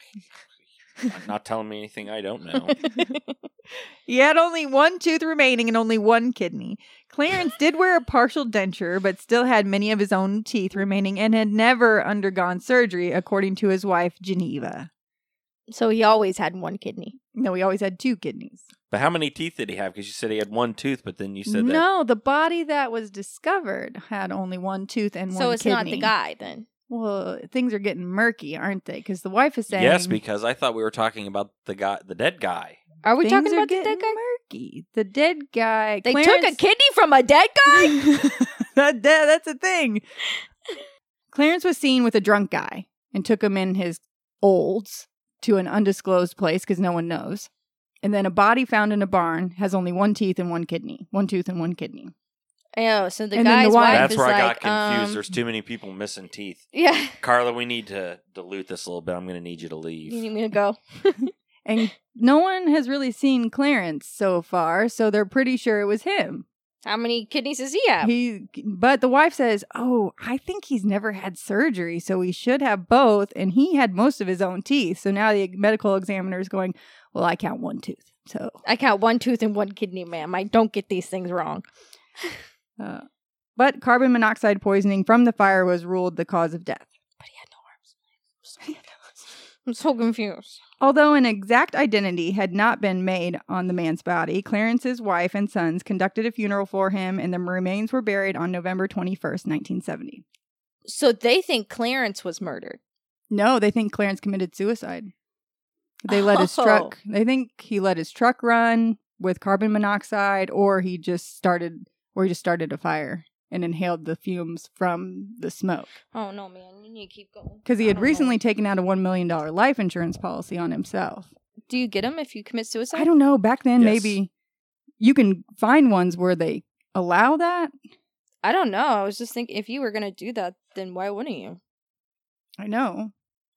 Speaker 3: not telling me anything I don't know.
Speaker 2: He had only one tooth remaining and only one kidney. Clarence did wear a partial denture, but still had many of his own teeth remaining and had never undergone surgery, according to his wife, Geneva.
Speaker 4: So he always had one kidney.
Speaker 2: No, he always had two kidneys.
Speaker 3: But how many teeth did he have? Because you said he had one tooth, but then you said that
Speaker 2: no, the body that was discovered had only one tooth and one
Speaker 4: so it's not the
Speaker 2: kidney.
Speaker 4: guy then.
Speaker 2: Well, things are getting murky, aren't they? Because the wife is saying
Speaker 3: Yes, because I thought we were talking about the guy, the dead guy.
Speaker 4: Are we
Speaker 2: things
Speaker 4: talking
Speaker 2: are
Speaker 4: about the
Speaker 2: getting
Speaker 4: dead guy?
Speaker 2: murky. The dead guy.
Speaker 4: They took a
Speaker 2: Clarence-
Speaker 4: kidney from a dead guy?
Speaker 2: that, that- that's a thing. Clarence was seen with a drunk guy and took him in his olds to an undisclosed place because no one knows. And then a body found in a barn has only one teeth and one kidney, one tooth and one kidney.
Speaker 4: Oh, so the
Speaker 2: And then
Speaker 4: guy's
Speaker 2: the
Speaker 4: wife
Speaker 2: wife-
Speaker 3: That's
Speaker 4: is
Speaker 3: where I
Speaker 4: like,
Speaker 3: got confused.
Speaker 4: um,
Speaker 3: There's too many people missing teeth.
Speaker 4: yeah,
Speaker 3: Carla, we need to dilute this a little bit. I'm going to need you to leave.
Speaker 4: you need me to go.
Speaker 2: And no one has really seen Clarence so far, so they're pretty sure it was him.
Speaker 4: How many kidneys does he have?
Speaker 2: He, but the wife says, "Oh, I think he's never had surgery, so he should have both." And he had most of his own teeth, so now the medical examiner is going, "Well, I count one tooth." So
Speaker 4: I count one tooth and one kidney, ma'am. I don't get these things wrong.
Speaker 2: Uh, but carbon monoxide poisoning from the fire was ruled the cause of death.
Speaker 4: But he had no arms. I'm so confused.
Speaker 2: Although an exact identity had not been made on the man's body, Clarence's wife and sons conducted a funeral for him, and the remains were buried on November 21st, 1970.
Speaker 4: So they think Clarence was murdered.
Speaker 2: No, they think Clarence committed suicide. They let his truck, they think he let his truck run with carbon monoxide, or he just started, or he just started a fire and inhaled the fumes from the smoke.
Speaker 4: Oh no, man! You need to keep going.
Speaker 2: Because he
Speaker 4: I
Speaker 2: had
Speaker 4: don't know.
Speaker 2: recently taken out a $1 million life insurance policy on himself.
Speaker 4: Do you get him if you commit suicide?
Speaker 2: I don't know. Back then,
Speaker 3: Yes.
Speaker 2: maybe you can find ones where they allow that.
Speaker 4: I don't know. I was just thinking if you were gonna do that, then why wouldn't you?
Speaker 2: I know.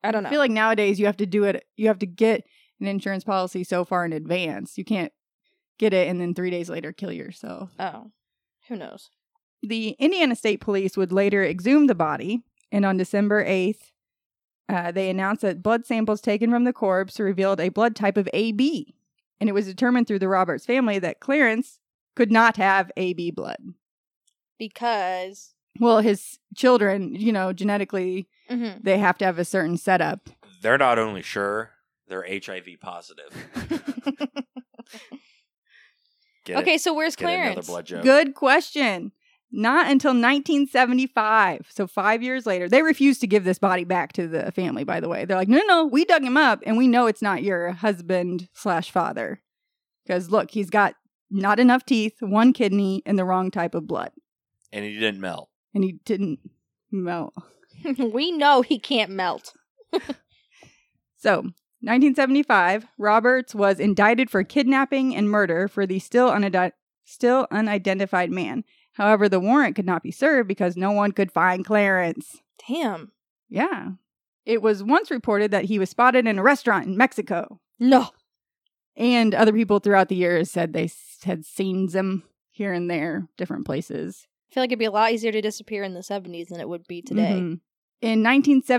Speaker 4: I don't know.
Speaker 2: I feel like nowadays you have to do it. You have to get an insurance policy so far in advance. You can't get it and then three days later kill yourself.
Speaker 4: oh, who knows?
Speaker 2: The Indiana State Police would later exhume the body, and on December 8th, uh, they announced that blood samples taken from the corpse revealed a blood type of AB, and it was determined through the Roberts family that Clarence could not have AB blood.
Speaker 4: Because
Speaker 2: Well, his children, you know, genetically,
Speaker 4: Mhm.
Speaker 2: they have to have a certain setup.
Speaker 3: They're not only sure, they're HIV positive. Get it-
Speaker 4: okay, so where's
Speaker 3: get another
Speaker 4: Clarence?
Speaker 3: blood joke.
Speaker 2: Good question. Not until 1975, so five years later. They refused to give this body back to the family, by the way. They're like, no, no, no, we dug him up and we know it's not your husband slash father. Because look, he's got not enough teeth, one kidney, and the wrong type of blood.
Speaker 3: And he didn't melt.
Speaker 2: And he didn't melt.
Speaker 4: we know he can't melt.
Speaker 2: So, 1975, Roberts was indicted for kidnapping and murder for the still, unidi- still unidentified man. However, the warrant could not be served because no one could find Clarence.
Speaker 4: Damn.
Speaker 2: Yeah. It was once reported that he was spotted in a restaurant in Mexico,
Speaker 4: No.
Speaker 2: and other people throughout the years said they s- had seen him here and there, different places.
Speaker 4: I feel like it'd be a lot easier to disappear in the 70s than it would be today.
Speaker 2: Mhm. In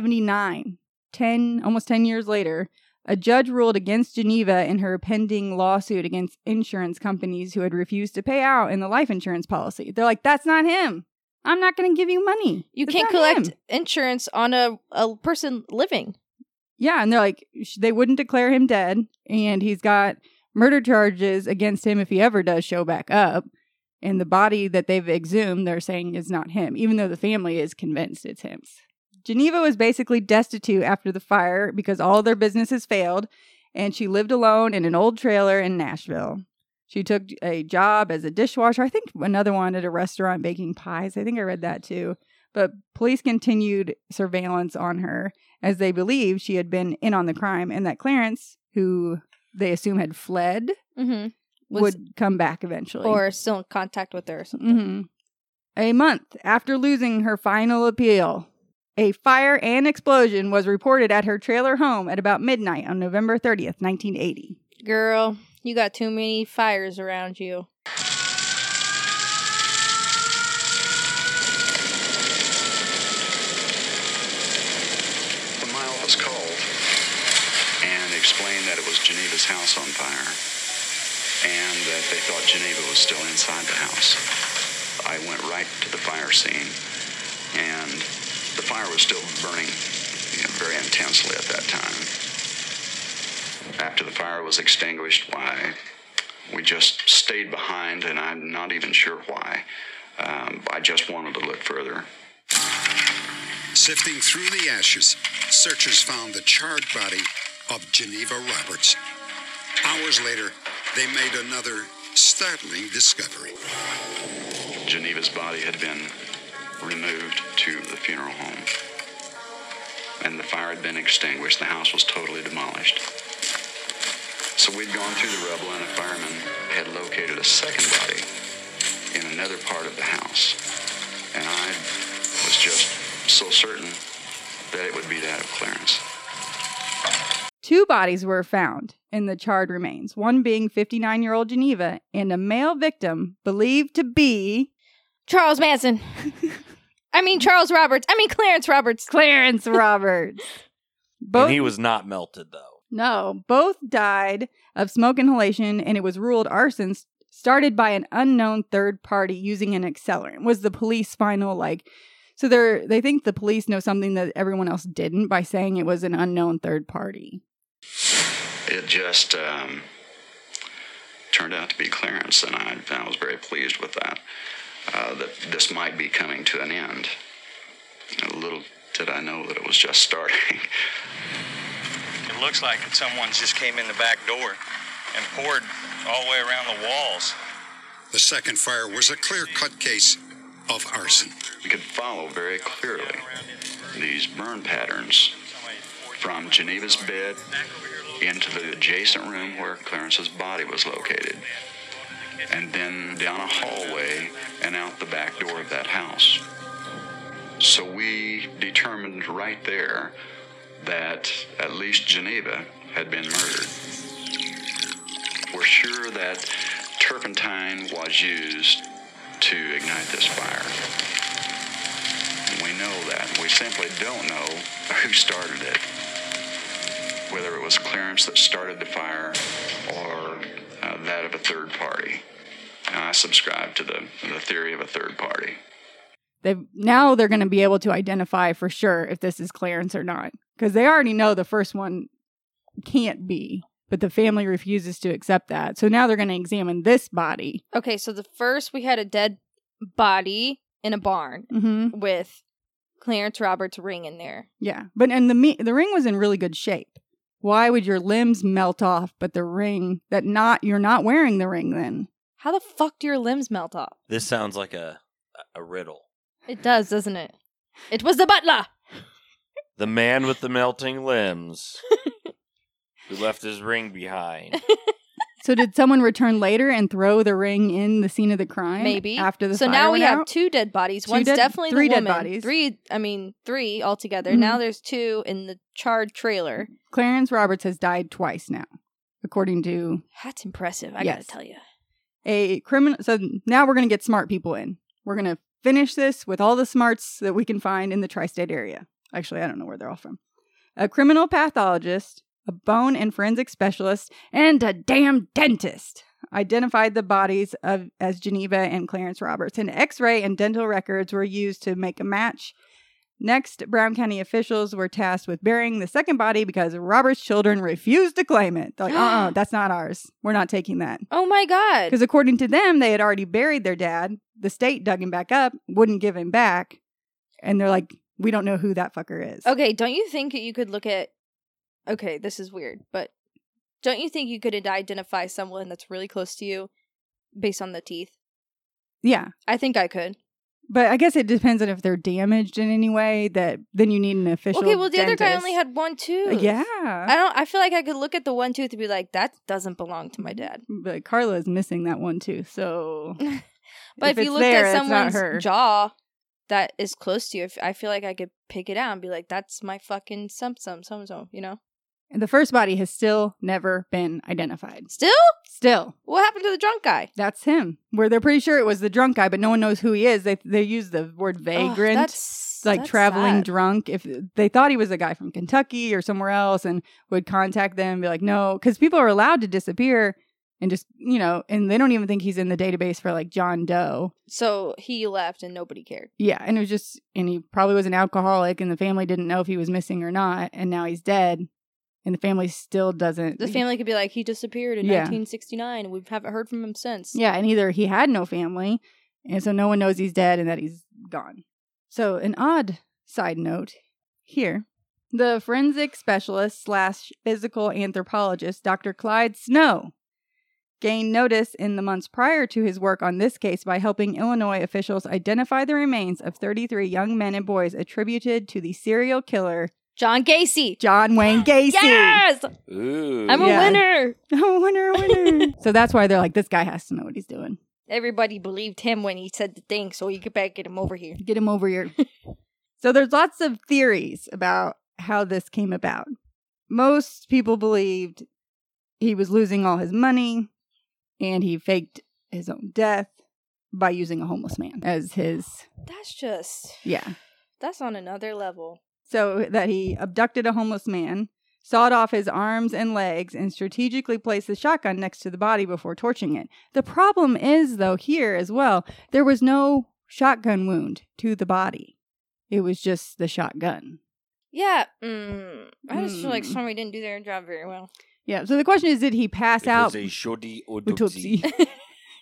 Speaker 2: 1979, 10 almost 10 years later, a judge ruled against Geneva in her pending lawsuit against insurance companies who had refused to pay out in the life insurance policy. They're like, "That's not him. I'm not going to give you money.
Speaker 4: You
Speaker 2: That's
Speaker 4: can't
Speaker 2: not him."
Speaker 4: collect insurance on a, a person living.
Speaker 2: Yeah, and they're like sh- they wouldn't declare him dead, and he's got murder charges against him if he ever does show back up. And the body that they've exhumed, they're saying is not him, even though the family is convinced it's him. Geneva was basically destitute after the fire because all their businesses failed, and she lived alone in an old trailer in Nashville. She took a job as a dishwasher, I think another one at a restaurant baking pies. I think I read that too. But police continued surveillance on her as they believed she had been in on the crime and that Clarence, who they assume had fled,
Speaker 4: Mm-hmm.
Speaker 2: would come back eventually.
Speaker 4: or still in contact with her or something.
Speaker 2: Mhm. a month after losing her final appeal, a fire and explosion was reported at her trailer home at about midnight on November 30th, 1980.
Speaker 4: Girl, you got too many fires around you.
Speaker 9: The mile was called and explained that it was Geneva's house on fire and that they thought Geneva was still inside the house. I went right to the fire scene and the fire was still burning you know, very intensely at that time. After the fire was extinguished, why we just stayed behind and I'm not even sure why. Um, I just wanted to look further.
Speaker 5: Sifting through the ashes, searchers found the charred body of Geneva Roberts. Hours later, they made another startling discovery.
Speaker 9: Geneva's body had been removed to the funeral home. And the fire had been extinguished. The house was totally demolished. So we'd gone through the rubble, and a fireman had located a second body in another part of the house. And I was just so certain that it would be that of Clarence.
Speaker 2: Two bodies were found in the charred remains, one being 59 year old Geneva and a male victim believed to be
Speaker 4: Charles Manson. I mean, Charles Roberts. I mean, Clarence Roberts.
Speaker 2: Clarence Roberts. Both
Speaker 3: And he was not melted, though.
Speaker 2: No, both died of smoke inhalation, and it was ruled arson s- started by an unknown third party using an accelerant. Was the police final like? So they're they think the police know something that everyone else didn't by saying it was an unknown third party.
Speaker 9: It just um, turned out to be Clarence, and I, I was very pleased with that. Uh, that this might be coming to an end. Little did I know that it was just starting.
Speaker 10: It looks like someone's just came in the back door and poured all the way around the walls.
Speaker 5: The second fire was a clear cut case of arson.
Speaker 9: We could follow very clearly these burn patterns from Geneva's bed into the adjacent room where Clarence's body was located, and then down a hallway and out the back door of that house. So we determined right there that at least Geneva had been murdered. We're sure that turpentine was used to ignite this fire. We know that. We simply don't know who started it. Whether it was Clarence that started the fire or uh, that of a third party. I subscribe to the, the theory of a third party.
Speaker 2: They've now they're going to be able to identify for sure if this is Clarence or not because they already know the first one can't be, but the family refuses to accept that. So now they're going to examine this body.
Speaker 4: Okay, so the first we had a dead body in a barn
Speaker 2: Mm-hmm.
Speaker 4: with Clarence Roberts' ring in there.
Speaker 2: Yeah, but and the me- the ring was in really good shape. Why would your limbs melt off, but the ring that not you're not wearing the ring then?
Speaker 4: How the fuck do your limbs melt off?
Speaker 3: This sounds like a a riddle.
Speaker 4: It does, doesn't it? It was the butler.
Speaker 3: The man with the melting limbs who left his ring behind.
Speaker 2: So did someone return later and throw the ring in the scene of the crime?
Speaker 4: Maybe
Speaker 2: after the
Speaker 4: so
Speaker 2: fire
Speaker 4: now we
Speaker 2: went
Speaker 4: have
Speaker 2: out?
Speaker 4: two dead bodies.
Speaker 2: Two
Speaker 4: One's
Speaker 2: dead-
Speaker 4: definitely
Speaker 2: three
Speaker 4: the
Speaker 2: dead
Speaker 4: woman.
Speaker 2: bodies.
Speaker 4: Three. I mean, three altogether.
Speaker 2: Mhm.
Speaker 4: Now there's two in the charred trailer.
Speaker 2: Clarence Roberts has died twice now, according to
Speaker 4: That's impressive. I
Speaker 2: Yes.
Speaker 4: gotta tell you.
Speaker 2: a criminal. So now we're going to get smart people in. We're going to finish this with all the smarts that we can find in the tri state area. Actually, I don't know where they're all from. A criminal pathologist, a bone and forensic specialist, and a damn dentist identified the bodies of as Geneva and Clarence Roberts. An x ray and dental records were used to make a match. Next, Brown County officials were tasked with burying the second body because Roberts' children refused to claim it. They're like, uh uh, that's not ours. We're not taking that.
Speaker 4: Oh my god.
Speaker 2: Because according to them, they had already buried their dad. The state dug him back up, wouldn't give him back. And they're like, we don't know who that fucker is.
Speaker 4: Okay, don't you think that you could look at? Okay, this is weird, but don't you think you could ad- identify someone that's really close to you based on the teeth?
Speaker 2: Yeah.
Speaker 4: I think I could.
Speaker 2: But I guess it depends on if they're damaged in any way that then you need an official.
Speaker 4: okay, well the other guy
Speaker 2: dentist.
Speaker 4: only had one tooth.
Speaker 2: Uh, Yeah.
Speaker 4: I don't. I feel like I could look at the one tooth and be like, that doesn't belong to my dad.
Speaker 2: But Carla is missing that one too. So.
Speaker 4: But if,
Speaker 2: it's
Speaker 4: you looked
Speaker 2: there,
Speaker 4: at
Speaker 2: it's not
Speaker 4: someone's jaw that is close to you, if I feel like I could pick it out and be like, that's my fucking some some some some, you know?
Speaker 2: And the first body has still never been identified.
Speaker 4: Still?
Speaker 2: Still.
Speaker 4: What happened to the drunk guy?
Speaker 2: That's him. Where they're pretty sure it was the drunk guy, but no one knows who he is. They they use the word
Speaker 4: Ugh,
Speaker 2: vagrant.
Speaker 4: that's
Speaker 2: like
Speaker 4: that's
Speaker 2: traveling
Speaker 4: sad.
Speaker 2: drunk if they thought he was a guy from Kentucky or somewhere else and would contact them and be like no because people are allowed to disappear and just you know and they don't even think he's in the database for like John Doe
Speaker 4: so he left and nobody cared.
Speaker 2: yeah and it was just and he probably was an alcoholic and the family didn't know if he was missing or not and now he's dead and the family still doesn't
Speaker 4: The family could be like, he disappeared in
Speaker 2: Mm. Yeah.
Speaker 4: 1969 and we haven't heard from him since.
Speaker 2: Yeah, and either he had no family, and so no one knows he's dead and that he's gone. So, an odd side note here the forensic specialist slash physical anthropologist, Dr. Clyde Snow, gained notice in the months prior to his work on this case by helping Illinois officials identify the remains of 33 young men and boys attributed to the serial killer
Speaker 4: John Gacy.
Speaker 2: John Wayne Gacy.
Speaker 4: Yes!
Speaker 3: Ooh.
Speaker 4: I'm
Speaker 2: Yeah.
Speaker 4: a winner.
Speaker 2: winner, winner. so that's why they're like, this guy has to know what he's doing.
Speaker 4: Everybody believed him when he said the thing, so you could back get him over here.
Speaker 2: Get him over here. so there's lots of theories about how this came about. Most people believed he was losing all his money and he faked his own death by using a homeless man as his
Speaker 4: That's just
Speaker 2: yeah.
Speaker 4: that's on another level.
Speaker 2: So that he abducted a homeless man, sawed off his arms and legs and strategically placed the shotgun next to the body before torching it. The problem is though here as well, there was no shotgun wound to the body. It was just the shotgun.
Speaker 4: Yeah. Mm, I just feel like
Speaker 2: Mm.
Speaker 4: Stormy didn't do their job very well.
Speaker 2: Yeah. So the question is, did he pass
Speaker 3: It
Speaker 2: out?
Speaker 3: was a shoddy
Speaker 2: Autopsy.
Speaker 3: autopsy.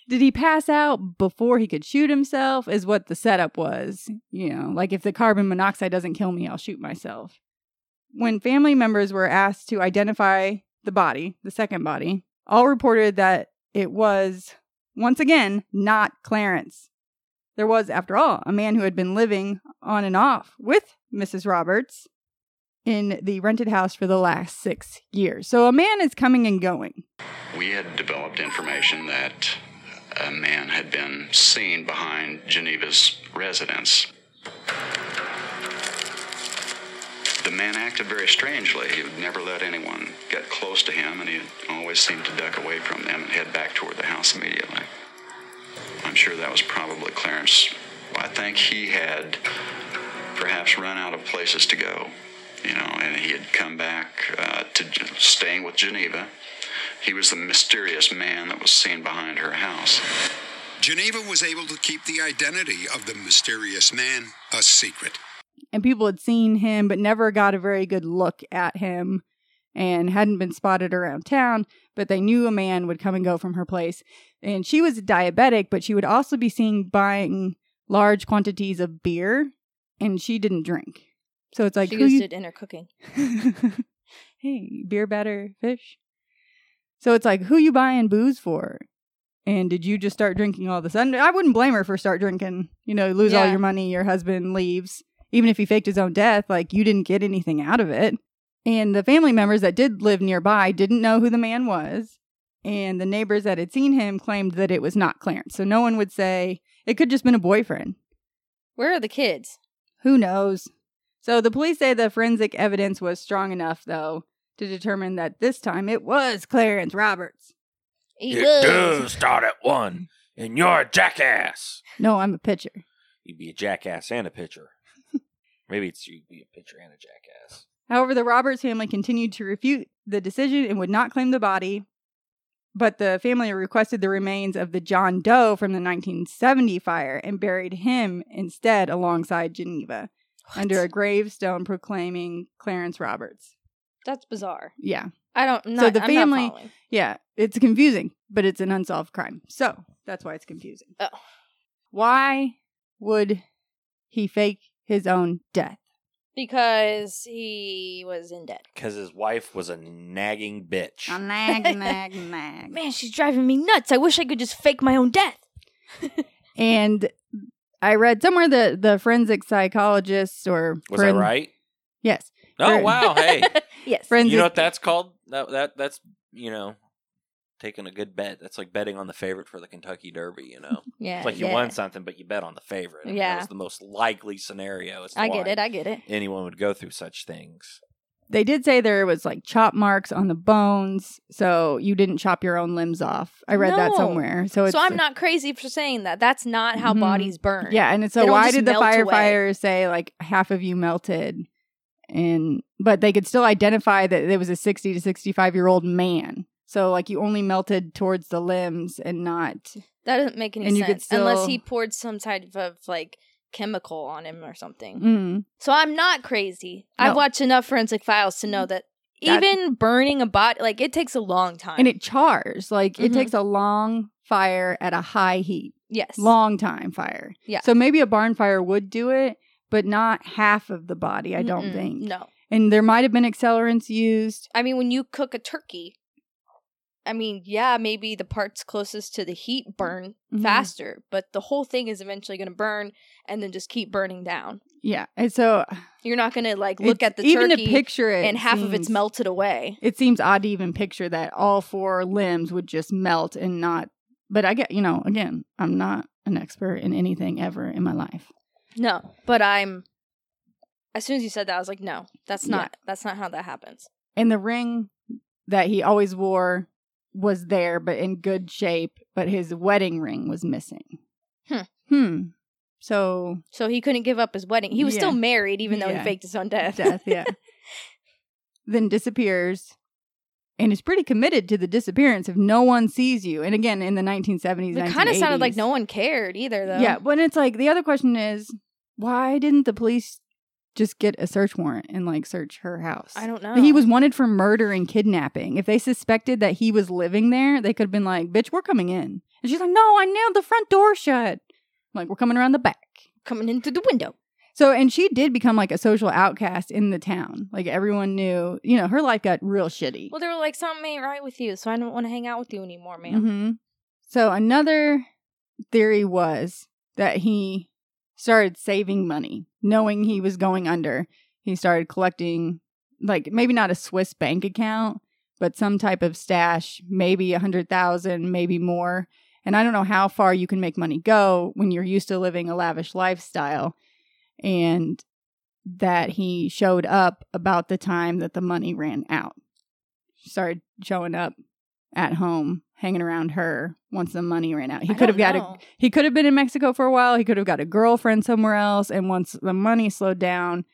Speaker 2: did he pass out before he could shoot himself? Is what the setup was. You know, like if the carbon monoxide doesn't kill me, I'll shoot myself. When family members were asked to identify the body, the second body, all reported that it was, once again, not Clarence. There was, after all, a man who had been living on and off with Mrs. Roberts in the rented house for the last six years. So a man is coming and going.
Speaker 9: We had developed information that a man had been seen behind Geneva's residence. The man acted very strangely. He would never let anyone get close to him, and he always seemed to duck away from them and head back toward the house immediately. I'm sure that was probably Clarence. I think he had perhaps run out of places to go, you know, and he had come back uh, to G- staying with Geneva. He was the mysterious man that was seen behind her house.
Speaker 5: Geneva was able to keep the identity of the mysterious man a secret.
Speaker 2: and people had seen him but never got a very good look at him and hadn't been spotted around town but they knew a man would come and go from her place and she was diabetic but she would also be seen buying large quantities of beer and she didn't drink so it's like
Speaker 4: she
Speaker 2: who
Speaker 4: used
Speaker 2: you-
Speaker 4: it in her cooking.
Speaker 2: hey, beer better fish. So it's like, who you buying booze for? And did you just start drinking all of a sudden? I wouldn't blame her for start drinking. You know, you lose all
Speaker 4: Yeah.
Speaker 2: your money, your husband leaves. Even if he faked his own death, like you didn't get anything out of it. And the family members that did live nearby didn't know who the man was. And the neighbors that had seen him claimed that it was not Clarence. So no one would say it could just been a boyfriend.
Speaker 4: Where are the kids?
Speaker 2: Who knows? So the police say the forensic evidence was strong enough, though, to determine that this time it was Clarence Roberts.
Speaker 4: He
Speaker 3: you
Speaker 4: was.
Speaker 3: do start at one, and you're a jackass.
Speaker 2: No, I'm a pitcher.
Speaker 3: You'd be a jackass and a pitcher. Maybe it's you'd be a pitcher and a jackass.
Speaker 2: However, the Roberts family continued to refute the decision and would not claim the body. But the family requested the remains of the John Doe from the 1970 fire and buried him instead alongside Geneva under a gravestone proclaiming Clarence Roberts.
Speaker 4: That's bizarre.
Speaker 2: Yeah.
Speaker 4: I don't. Not,
Speaker 2: the
Speaker 4: I'm
Speaker 2: family-
Speaker 4: Not following.
Speaker 2: Yeah, it's confusing, but it's an unsolved crime. So that's why it's confusing.
Speaker 4: Oh.
Speaker 2: Why would he fake his own death?
Speaker 4: Because he was in debt.
Speaker 3: Because his wife was a nagging bitch.
Speaker 2: nag, nag, nag.
Speaker 4: Man, she's driving me nuts. I wish I could just fake my own death.
Speaker 2: And I read somewhere that the forensic psychologist or
Speaker 3: Was
Speaker 2: foren-
Speaker 3: I right?
Speaker 2: Yes,
Speaker 3: Oh
Speaker 2: Right.
Speaker 3: wow! Hey,
Speaker 4: yes.
Speaker 2: forensic.
Speaker 3: you know what that's called? That that that's you know taking a good bet. That's like betting on the favorite for the Kentucky Derby. You know,
Speaker 4: Yeah.
Speaker 3: it's like you
Speaker 4: yeah.
Speaker 3: won something, but you bet on the favorite. And
Speaker 4: Yeah.
Speaker 3: that was the most likely scenario. It's
Speaker 4: I get
Speaker 3: why
Speaker 4: it. I get it.
Speaker 3: anyone would go through such things.
Speaker 2: they did say there was like chop marks on the bones, so you didn't chop your own limbs off. I read that
Speaker 4: No.
Speaker 2: somewhere. So it's
Speaker 4: so I'm not crazy for saying that. That's not how
Speaker 2: Mhm.
Speaker 4: bodies burn.
Speaker 2: Yeah, and so
Speaker 4: They don't
Speaker 2: why
Speaker 4: just
Speaker 2: did the
Speaker 4: melt away.
Speaker 2: firefighters say like half of you melted? And but they could still identify that it was a 60 to 65 year old man. So like you only melted towards the limbs and not
Speaker 4: That doesn't make any
Speaker 2: And you
Speaker 4: sense
Speaker 2: could
Speaker 4: unless
Speaker 2: still-
Speaker 4: he poured some type of like chemical on him or something.
Speaker 2: mm,
Speaker 4: So I'm not crazy.
Speaker 2: No.
Speaker 4: I've watched enough forensic files to know that,
Speaker 2: That-
Speaker 4: even burning a body, like it takes a long time.
Speaker 2: and it chars. Like it
Speaker 4: Mhm.
Speaker 2: takes a long fire at a high heat.
Speaker 4: yes,
Speaker 2: Long time fire.
Speaker 4: Yeah.
Speaker 2: So maybe a barn fire would do it, but not half of the body, I don't
Speaker 4: Mm-mm.
Speaker 2: think.
Speaker 4: No,
Speaker 2: And there might have been accelerants used.
Speaker 4: I mean when you cook a turkey, I mean yeah, maybe the parts closest to the heat burn
Speaker 2: Mhm.
Speaker 4: faster, but the whole thing is eventually going to burn and then just keep burning down.
Speaker 2: Yeah. And so
Speaker 4: You're not going to like look
Speaker 2: it's-
Speaker 4: at the
Speaker 2: even
Speaker 4: turkey
Speaker 2: to picture it
Speaker 4: and half of it's
Speaker 2: seems-
Speaker 4: melted away.
Speaker 2: it seems odd to even picture that all four limbs would just melt and not but i get you know again i'm not an expert in anything ever in my life
Speaker 4: No, but I'm. As soon as you said that, I was like, no, that's
Speaker 2: Yeah.
Speaker 4: not that's not how that happens.
Speaker 2: and the ring that he always wore was there but in good shape but his wedding ring was missing
Speaker 4: Hmm.
Speaker 2: hmm so
Speaker 4: So he couldn't give up his wedding. He was
Speaker 2: Yeah.
Speaker 4: still married, even though
Speaker 2: Yeah.
Speaker 4: he faked his own death.
Speaker 2: death yeah then disappears and is pretty committed to the disappearance if no one sees you and again in the 1970s
Speaker 4: It kind of sounded like
Speaker 2: 1980s.
Speaker 4: no one cared either, though.
Speaker 2: Yeah, but it's like the other question is why didn't the police just get a search warrant and like search her house.
Speaker 4: I don't know.
Speaker 2: But He was wanted for murder and kidnapping. If they suspected that he was living there, they could have been like, "Bitch, we're coming in." And she's like, "No, I nailed the front door shut." I'm like, "We're coming around the back."
Speaker 4: coming in through the window.
Speaker 2: So, and she did become like a social outcast in the town. Like everyone knew, you know, her life got real shitty.
Speaker 4: Well, they were like, something ain't right with you, so I don't want to hang out with you anymore, man.
Speaker 2: hmm So another theory was that he started saving money, knowing he was going under. He started collecting, like maybe not a Swiss bank account, but some type of stash, maybe a hundred thousand, maybe more. And I don't know how far you can make money go when you're used to living a lavish lifestyle, and that he showed up about the time that the money ran out. He started showing up at home hanging around her once the money ran out. He
Speaker 4: I
Speaker 2: could have
Speaker 4: don't
Speaker 2: got a
Speaker 4: know.
Speaker 2: he could have been in Mexico for a while. He could have got a girlfriend somewhere else and once the money slowed down,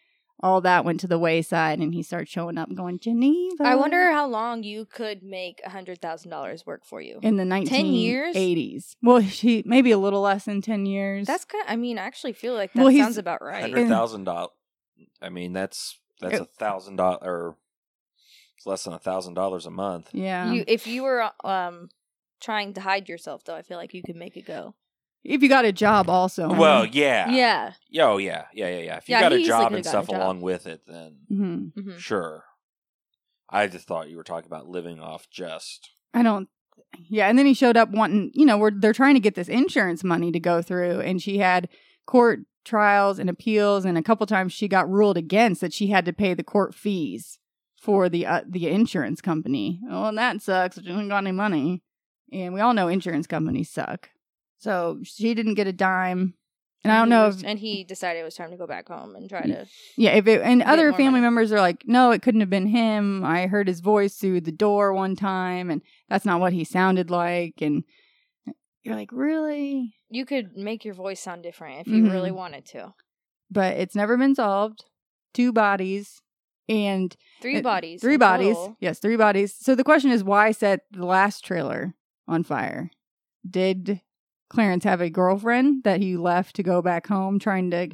Speaker 2: all that went to the wayside and he started showing up going Geneva.
Speaker 4: I wonder how long you could make a hundred thousand dollars work for you.
Speaker 2: in the
Speaker 4: years?
Speaker 2: 1980s. Well, she maybe a little less than 10 years.
Speaker 4: That's kind. I mean, I actually feel like that
Speaker 2: Well, he's-
Speaker 4: sounds about right.
Speaker 3: Hundred thousand dollars. I mean, that's that's a thousand dollars or it's less than a thousand dollars a month.
Speaker 2: yeah.
Speaker 4: You, if you were um trying to hide yourself, though, I feel like you could make it go.
Speaker 2: if you got a job also.
Speaker 3: Well, yeah,
Speaker 4: Yeah.
Speaker 3: yeah, oh, yeah, yeah, yeah, yeah. If you
Speaker 4: Yeah,
Speaker 3: got
Speaker 4: he
Speaker 3: a
Speaker 4: easily
Speaker 3: job
Speaker 4: could've
Speaker 3: and
Speaker 4: gotten a
Speaker 3: stuff
Speaker 4: job.
Speaker 3: along with it, then
Speaker 2: hmm
Speaker 4: hmm
Speaker 3: sure. I just thought you were talking about living off just.
Speaker 2: I don't. Yeah, and then he showed up wanting, you know, we're they're trying to get this insurance money to go through, and she had court trials and appeals, and a couple times she got ruled against that she had to pay the court fees for the uh, the insurance company. Oh, and that sucks. She hasn't got any money, and we all know insurance companies suck. So she didn't get a dime, and I don't
Speaker 4: he
Speaker 2: know
Speaker 4: was-
Speaker 2: if Mm,
Speaker 4: and he decided it was time to go back home and try to.
Speaker 2: yeah, if it and
Speaker 4: Get
Speaker 2: other
Speaker 4: more
Speaker 2: family
Speaker 4: money.
Speaker 2: members are like, no, it couldn't have been him. I heard his voice through the door one time, and that's not what he sounded like. And you're like, really?
Speaker 4: You could make your voice sound different if you
Speaker 2: Mhm.
Speaker 4: really wanted to.
Speaker 2: But it's never been solved. Two bodies and
Speaker 4: Three
Speaker 2: uh,
Speaker 4: bodies.
Speaker 2: Three
Speaker 4: in
Speaker 2: bodies.
Speaker 4: total.
Speaker 2: Yes, three bodies. So the question is, why set the last trailer on fire? Did Clarence have a girlfriend that he left to go back home, trying to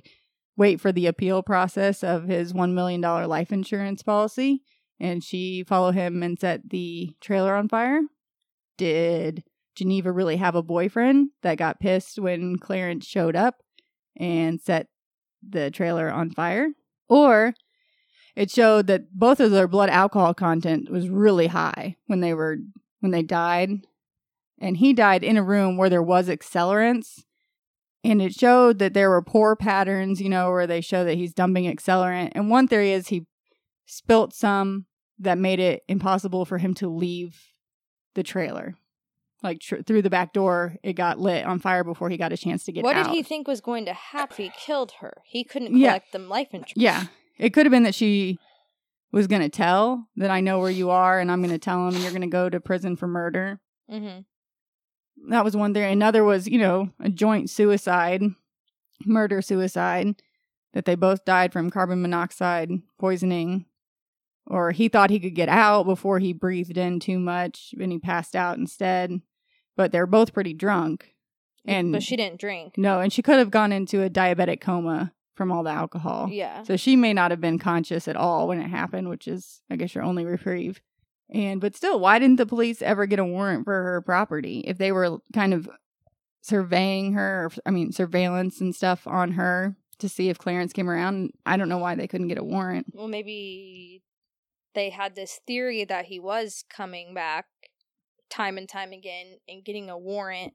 Speaker 2: wait for the appeal process of his one million dollar life insurance policy, and she follow him and set the trailer on fire? Did Geneva really have a boyfriend that got pissed when Clarence showed up and set the trailer on fire? Or it showed that both of their blood alcohol content was really high when they were when they died and he died in a room where there was accelerants and it showed that there were pour patterns you know where they show that he's dumping accelerant and one theory is he spilt some that made it impossible for him to leave the trailer like tr- through the back door it got lit on fire before he got a chance to get
Speaker 4: What
Speaker 2: out
Speaker 4: did he think was going to happen? He killed her. He couldn't
Speaker 2: Yeah.
Speaker 4: collect them life insurance.
Speaker 2: yeah. It could have been that she was going to tell that I know where you are and I'm going to tell him and you're going to go to prison for murder.
Speaker 4: hmm
Speaker 2: That was one theory. Another was, you know, a joint suicide, murder suicide, that they both died from carbon monoxide poisoning. Or he thought he could get out before he breathed in too much and he passed out instead. But they're both pretty drunk. And
Speaker 4: but she didn't drink.
Speaker 2: no, and she could have gone into a diabetic coma from all the alcohol.
Speaker 4: Yeah.
Speaker 2: So she may not have been conscious at all when it happened, which is, I guess, your only reprieve. And, but still, why didn't the police ever get a warrant for her property if they were kind of surveying her, or, I mean, surveillance and stuff on her to see if Clarence came around? I don't know why they couldn't get a warrant.
Speaker 4: Well, maybe they had this theory that he was coming back time and time again and getting a warrant.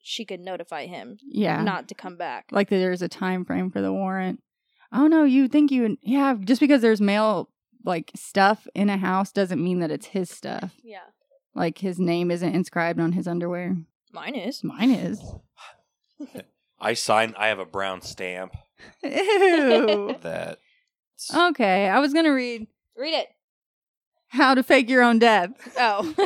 Speaker 4: She could notify him
Speaker 2: Yeah.
Speaker 4: not to come back.
Speaker 2: like there's a time frame for the warrant. Oh no, you think you yeah, just because there's mail like stuff in a house doesn't mean that it's his stuff.
Speaker 4: yeah.
Speaker 2: Like his name isn't inscribed on his underwear.
Speaker 4: Mine is.
Speaker 2: Mine is.
Speaker 3: I signed. I have a brown stamp
Speaker 2: Ew.
Speaker 3: that.
Speaker 2: okay, I was gonna read
Speaker 4: Read it.
Speaker 2: how to fake your own death.
Speaker 4: Oh.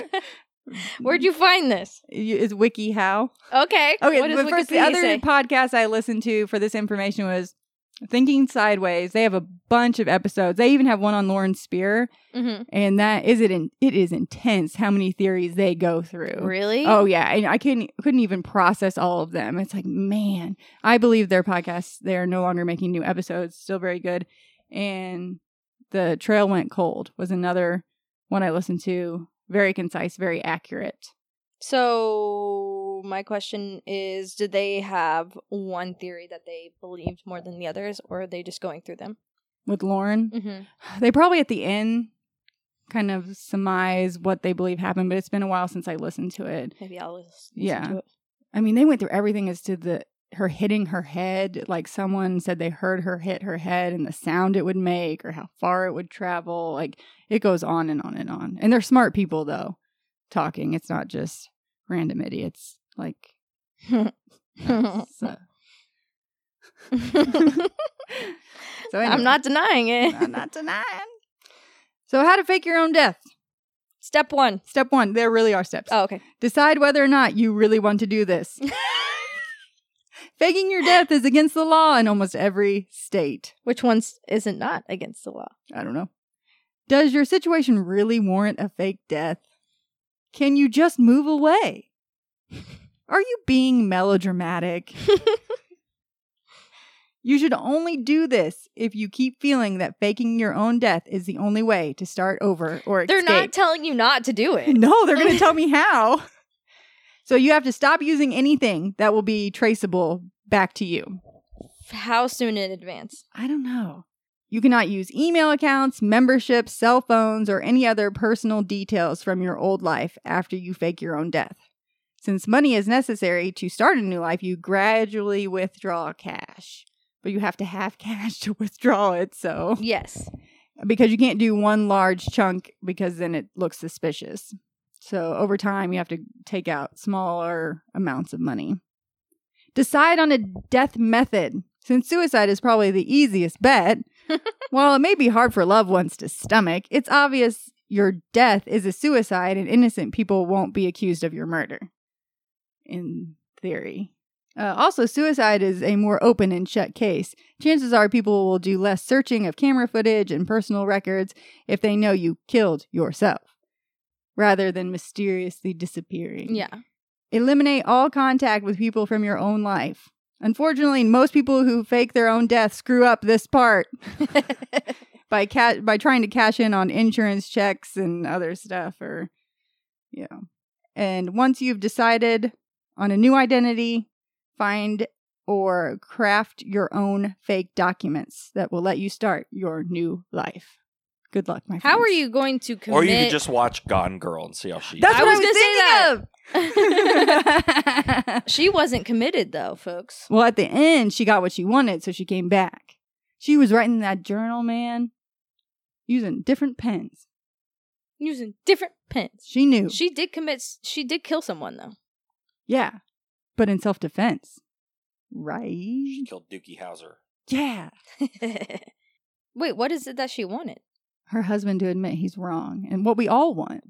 Speaker 4: Where'd you find this?
Speaker 2: You- Is WikiHow?
Speaker 4: Okay.
Speaker 2: Okay,
Speaker 4: What does
Speaker 2: but first the
Speaker 4: Wikipedia
Speaker 2: other
Speaker 4: say?
Speaker 2: podcast I listened to for this information was Thinking Sideways. They have a bunch of episodes. They even have one on Lauren Spear,
Speaker 4: Mm-hmm.
Speaker 2: and that is it. In, it is intense how many theories they go through.
Speaker 4: Really?
Speaker 2: Oh yeah, and I couldn't couldn't even process all of them. It's like, man, I believe their podcast. They are no longer making new episodes. Still very good. And the trail went cold was another one I listened to. Very concise, very accurate.
Speaker 4: So my question is, did they have one theory that they believed more than the others, or are they just going through them?
Speaker 2: With Lauren,
Speaker 4: Mm-hmm.
Speaker 2: they probably at the end kind of surmise what they believe happened. But it's been a while since I listened to it.
Speaker 4: Maybe I'll listen
Speaker 2: Yeah.
Speaker 4: to it.
Speaker 2: I mean, they went through everything as to the her hitting her head. Like someone said, they heard her hit her head and the sound it would make, or how far it would travel. Like it goes on and on and on. And they're smart people, though. Talking, it's not just random idiots. Like so. So anyway.
Speaker 4: I'm not denying it.
Speaker 2: I'm not denying. So, how to fake your own death?
Speaker 4: Step one.
Speaker 2: Step one. There really are steps.
Speaker 4: Oh, okay.
Speaker 2: Decide whether or not you really want to do this. Faking your death is against the law in almost every state.
Speaker 4: Which ones isn't not against the law?
Speaker 2: I don't know. Does your situation really warrant a fake death? Can you just move away? Are you being melodramatic? you should only do this if you keep feeling that faking your own death is the only way to start over or
Speaker 4: They're not
Speaker 2: escape.
Speaker 4: telling you not to do it.
Speaker 2: No, they're going to tell me how. So you have to stop using anything that will be traceable back to you.
Speaker 4: How soon in advance?
Speaker 2: I don't know. You cannot use email accounts, memberships, cell phones, or any other personal details from your old life after you fake your own death. Since money is necessary to start a new life, you gradually withdraw cash. But you have to have cash to withdraw it, so
Speaker 4: Yes.
Speaker 2: because you can't do one large chunk because then it looks suspicious. So over time, you have to take out smaller amounts of money. Decide on a death method. Since suicide is probably the easiest bet, while it may be hard for loved ones to stomach, it's obvious your death is a suicide and innocent people won't be accused of your murder. In theory. Uh, also, suicide is a more open and shut case. Chances are people will do less searching of camera footage and personal records if they know you killed yourself rather than mysteriously disappearing.
Speaker 4: Yeah.
Speaker 2: Eliminate all contact with people from your own life. Unfortunately, most people who fake their own death screw up this part by ca- by trying to cash in on insurance checks and other stuff or you know. And once you've decided on a new identity, find or craft your own fake documents that will let you start your new life. Good luck, my friends.
Speaker 4: How are you going to commit?
Speaker 3: Or you could just watch Gone Girl and see how she.
Speaker 2: That's
Speaker 4: I
Speaker 2: what
Speaker 4: was
Speaker 2: I was thinking of.
Speaker 4: she wasn't committed though, folks.
Speaker 2: well, at the end, she got what she wanted, so she came back. She was writing that journal, man, using different pens.
Speaker 4: Using different pens.
Speaker 2: She knew.
Speaker 4: She did commit. She did kill someone though.
Speaker 2: yeah, but in self defense. Right?
Speaker 3: she killed Dookie Howser.
Speaker 2: Yeah.
Speaker 4: Wait, what is it that she wanted?
Speaker 2: Her husband to admit he's wrong and what we all want.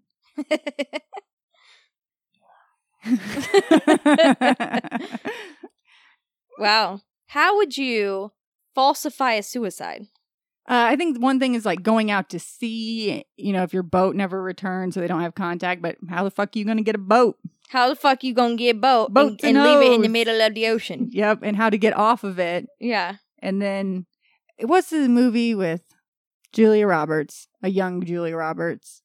Speaker 4: wow. How would you falsify a suicide?
Speaker 2: Uh, I think one thing is like going out to sea, you know, if your boat never returns, so they don't have contact. But how the fuck are you going to get a boat?
Speaker 4: How the fuck you gonna get a boat and-
Speaker 2: Boats
Speaker 4: and,
Speaker 2: and
Speaker 4: leave it in the
Speaker 2: hoes.
Speaker 4: middle of the ocean?
Speaker 2: Yep. And how to get off of it.
Speaker 4: Yeah.
Speaker 2: And then eh, what's the movie with Julia Roberts, a young Julia Roberts?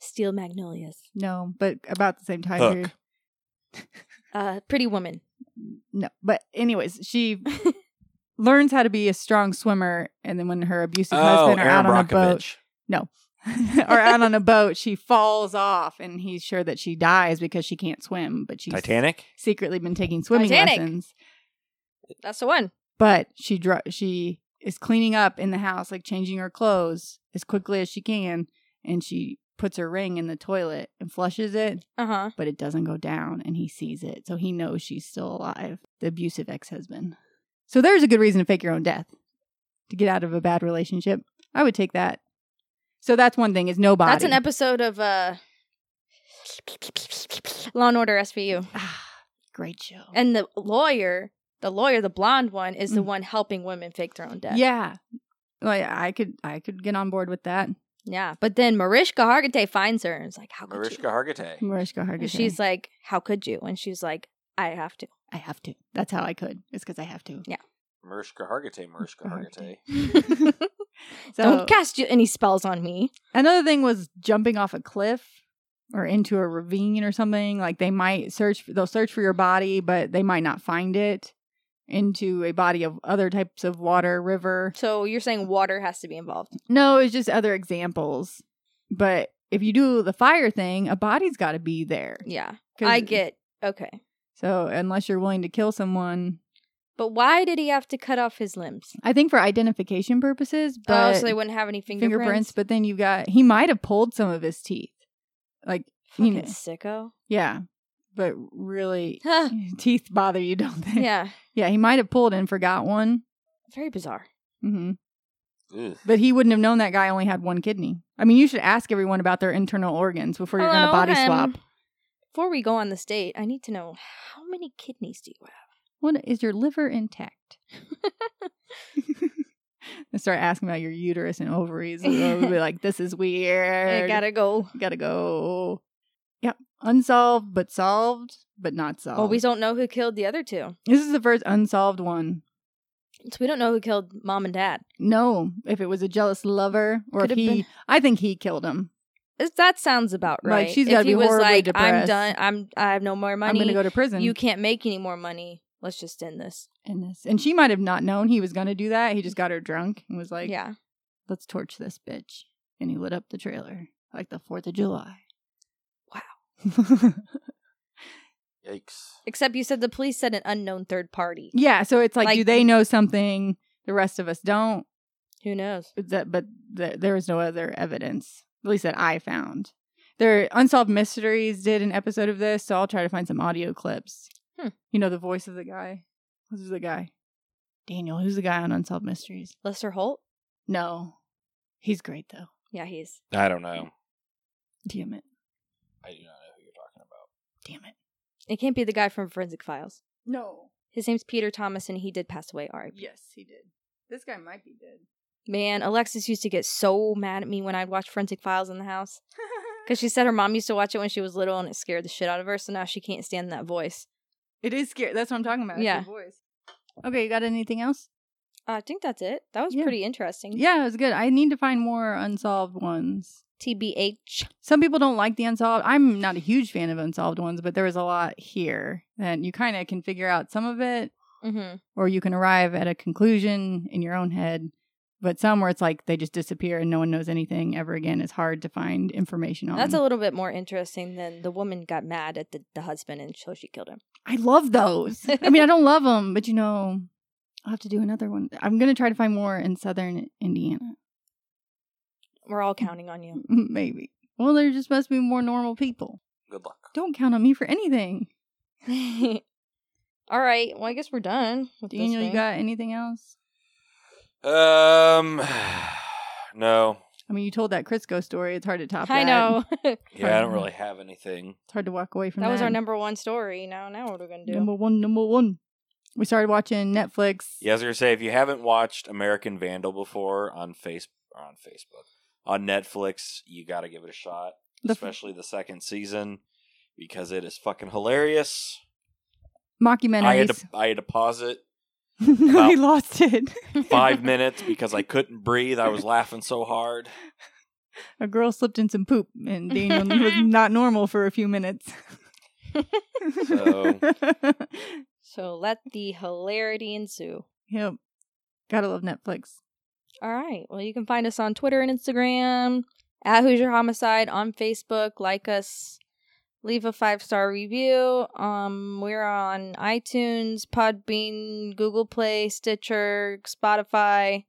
Speaker 4: Steel magnolias.
Speaker 2: No, but about the same time
Speaker 3: Hook.
Speaker 2: period.
Speaker 4: Uh, pretty woman.
Speaker 2: No. But, anyways, she learns how to be a strong swimmer. And then when her
Speaker 3: Oh,
Speaker 2: abusive husband are out on a boat, or out on a boat, she falls off, and he's sure that she dies because she can't swim, but she's
Speaker 3: Titanic.
Speaker 2: secretly been taking swimming
Speaker 4: Titanic.
Speaker 2: lessons.
Speaker 4: That's the one.
Speaker 2: But she dr- she is cleaning up in the house, like changing her clothes as quickly as she can, and she puts her ring in the toilet and flushes it,
Speaker 4: Uh huh.
Speaker 2: but it doesn't go down, and he sees it, so he knows she's still alive. The abusive ex husband. So there's a good reason to fake your own death to get out of a bad relationship. I would take that. So that's one thing is nobody.
Speaker 4: That's an episode of uh, Law and Order SVU.
Speaker 2: Ah, great show.
Speaker 4: And the lawyer, the the lawyer, the blonde one, is the one helping women fake their own death.
Speaker 2: Yeah. Like I could I could get on board with that.
Speaker 4: Yeah. But then Mariska Hargitay finds her and is like, How could
Speaker 3: Mariska
Speaker 4: you?
Speaker 3: Hargitay.
Speaker 2: Mariska Hargitay.
Speaker 4: And she's like, How could you? And she's like, I have to.
Speaker 2: I have to. That's how I could. It's because I have to.
Speaker 3: Mariska Hargitay. Mariska Hargitay.
Speaker 2: So
Speaker 4: Don't cast you any spells on me.
Speaker 2: another thing was jumping off a cliff or into a ravine or something. Like they might search, they'll search for your body, but they might not find it into a body of other types of water, river.
Speaker 4: So you're saying water has to be involved.
Speaker 2: No, it's just other examples. But if you do the fire thing, a body's got to be there.
Speaker 4: Yeah.
Speaker 2: 'Cause-
Speaker 4: I get okay.
Speaker 2: So unless you're willing to kill someone,
Speaker 4: But why did he have to cut off his limbs?
Speaker 2: I think for identification purposes,
Speaker 4: Oh,
Speaker 2: but
Speaker 4: so they wouldn't have any fingerprints.
Speaker 2: fingerprints. But then you've got he might have pulled some of his teeth, like you
Speaker 4: Fucking
Speaker 2: know,
Speaker 4: sicko.
Speaker 2: yeah. But really,
Speaker 4: Huh.
Speaker 2: teeth bother you, don't they?
Speaker 4: yeah.
Speaker 2: Yeah, he might have pulled and forgot one.
Speaker 4: Very bizarre.
Speaker 2: hmm
Speaker 3: Ugh.
Speaker 2: But he wouldn't have known that guy only had one kidney. I mean, you should ask everyone about their internal organs before you're going to
Speaker 4: Hello,
Speaker 2: body
Speaker 4: um,
Speaker 2: swap.
Speaker 4: Before we go on this date, I need to know how many kidneys do you have?
Speaker 2: What is your liver intact? and start asking about your uterus and ovaries. And they'll be like, this is weird.
Speaker 4: I gotta go.
Speaker 2: gotta go. Yep. Unsolved, but solved, but not solved.
Speaker 4: Well, we don't know who killed the other two.
Speaker 2: this is the first unsolved one.
Speaker 4: So we don't know who killed mom and dad.
Speaker 2: No, if it was a jealous lover or
Speaker 4: Could
Speaker 2: if
Speaker 4: have
Speaker 2: he,
Speaker 4: been-
Speaker 2: I think he killed him.
Speaker 4: Is- That sounds about
Speaker 2: Like,
Speaker 4: right.
Speaker 2: she's
Speaker 4: if
Speaker 2: gotta
Speaker 4: he
Speaker 2: be
Speaker 4: was
Speaker 2: horribly
Speaker 4: like, I'm
Speaker 2: depressed.
Speaker 4: done. I'm. I have no more
Speaker 2: I'm
Speaker 4: money.
Speaker 2: gonna go to prison.
Speaker 4: You can't make any more money. Let's just end this.
Speaker 2: in this. And she might have not known he was going to do that. He just got her drunk and was like,
Speaker 4: yeah.
Speaker 2: let's torch this bitch. And he lit up the trailer like the 4th of July. Wow.
Speaker 3: Yikes.
Speaker 4: Except you said the police said an unknown third party.
Speaker 2: yeah. So it's like,
Speaker 4: Like-
Speaker 2: do they know something the rest of us don't?
Speaker 4: Who knows?
Speaker 2: But That, but th- there was no other evidence, at least that I found. Their Unsolved Mysteries did an episode of this. So I'll try to find some audio clips.
Speaker 4: Hmm.
Speaker 2: You know, the voice of the guy. Who's the guy? Daniel. Who's the guy on Unsolved Mysteries?
Speaker 4: Lester Holt.
Speaker 2: No. He's great, though.
Speaker 4: Yeah, he's.
Speaker 3: I don't know.
Speaker 2: Damn it.
Speaker 3: I do not know who you're talking about.
Speaker 2: Damn it.
Speaker 4: It can't be the guy from Forensic Files.
Speaker 2: No.
Speaker 4: His name's Peter Thomas, and he did pass away. All right.
Speaker 2: Yes, he did. This guy might be dead.
Speaker 4: Man, Alexis used to get so mad at me when I'd watch Forensic Files in the house because she said her mom used to watch it when she was little, and it scared the shit out of her. So now she can't stand that voice.
Speaker 2: it is scary. That's what I'm talking about. It's
Speaker 4: Yeah.
Speaker 2: your voice. Okay, you got anything else?
Speaker 4: Uh, I think that's it. That was
Speaker 2: Yeah.
Speaker 4: pretty interesting.
Speaker 2: Yeah, it was good. I need to find more unsolved ones.
Speaker 4: TBH.
Speaker 2: Some people don't like the unsolved. I'm not a huge fan of unsolved ones, but there was a lot here. And you kind of can figure out some of it,
Speaker 4: Mm-hmm.
Speaker 2: or you can arrive at a conclusion in your own head. But some where it's like they just disappear and no one knows anything ever again. It's hard to find information on.
Speaker 4: That's a little bit more interesting than the woman got mad at the, the husband and so she killed him.
Speaker 2: I love those. I mean, I don't love them, but you know, I'll have to do another one. I'm going to try to find more in southern Indiana.
Speaker 4: We're all counting on you.
Speaker 2: Maybe. Well, there just must be more normal people.
Speaker 3: Good luck.
Speaker 2: Don't count on me for anything.
Speaker 4: all right. Well, I guess we're done. With this
Speaker 2: Daniel, you
Speaker 4: thing.
Speaker 2: got anything else?
Speaker 3: Um, no.
Speaker 2: I mean, you told that Crisco story. It's hard to top
Speaker 4: I
Speaker 2: that.
Speaker 4: know. that
Speaker 3: Yeah, I don't really have anything.
Speaker 2: It's hard to walk away from that.
Speaker 4: was our number one story. Now, now what are we gonna do?
Speaker 2: number one. Number one. We started watching Netflix.
Speaker 3: Yeah, I was gonna say if you haven't watched American Vandal before on face or on Facebook on Netflix, you got to give it a shot,
Speaker 2: The f-
Speaker 3: especially the second season because it is fucking hilarious. I had
Speaker 2: mockumentaries.
Speaker 3: to I had to pause it
Speaker 2: we lost it.
Speaker 3: five minutes because I couldn't breathe. I was laughing so hard.
Speaker 2: a girl slipped in some poop and Daniel was not normal for a few minutes.
Speaker 3: So-
Speaker 4: So let the hilarity ensue.
Speaker 2: Yep. Gotta love Netflix.
Speaker 4: All right. Well, you can find us on Twitter and Instagram at Hoosier Homicide on Facebook. Like us, leave a five star review. Um, we're on iTunes, Podbean, Google Play, Stitcher, Spotify.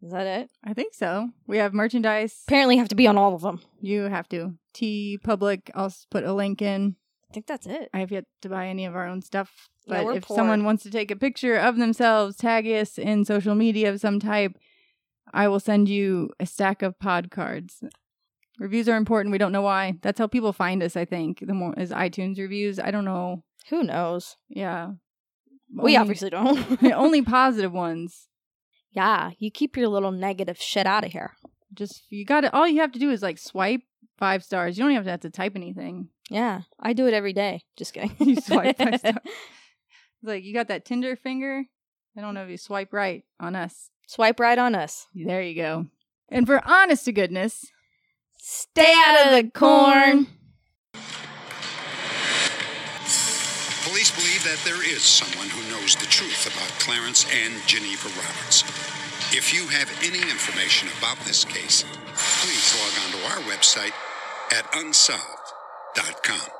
Speaker 4: Is that it?
Speaker 2: I think so. We have merchandise.
Speaker 4: Apparently, have to be on all of them.
Speaker 2: you have to. T Public. I'll s- put a link in.
Speaker 4: I think that's it.
Speaker 2: I have yet to buy any of our own stuff.
Speaker 4: Yeah,
Speaker 2: But
Speaker 4: we're
Speaker 2: if
Speaker 4: poor.
Speaker 2: someone wants to take a picture of themselves, tag us in social media of some type, I will send you a stack of pod cards. Reviews are important. We don't know why. That's how people find us, I think. The more is iTunes reviews. I don't know.
Speaker 4: Who knows?
Speaker 2: Yeah. Well, only-
Speaker 4: We obviously don't.
Speaker 2: the Mm. only positive ones.
Speaker 4: yeah, you keep your little negative shit out of here.
Speaker 2: Just you got to all you have to do is like swipe five stars. You don't even have to type anything.
Speaker 4: Yeah, I do it every day. Just kidding.
Speaker 2: You swipe five stars. It's like you got that Tinder finger. I don't know if you swipe right on us.
Speaker 4: Swipe right on us.
Speaker 2: There you go. And for honest to goodness,
Speaker 4: Stay out of the corn.
Speaker 5: Police believe that there is someone who knows the truth about Clarence and Geneva Roberts. If you have any information about this case, please log on to our website at unsolved.com.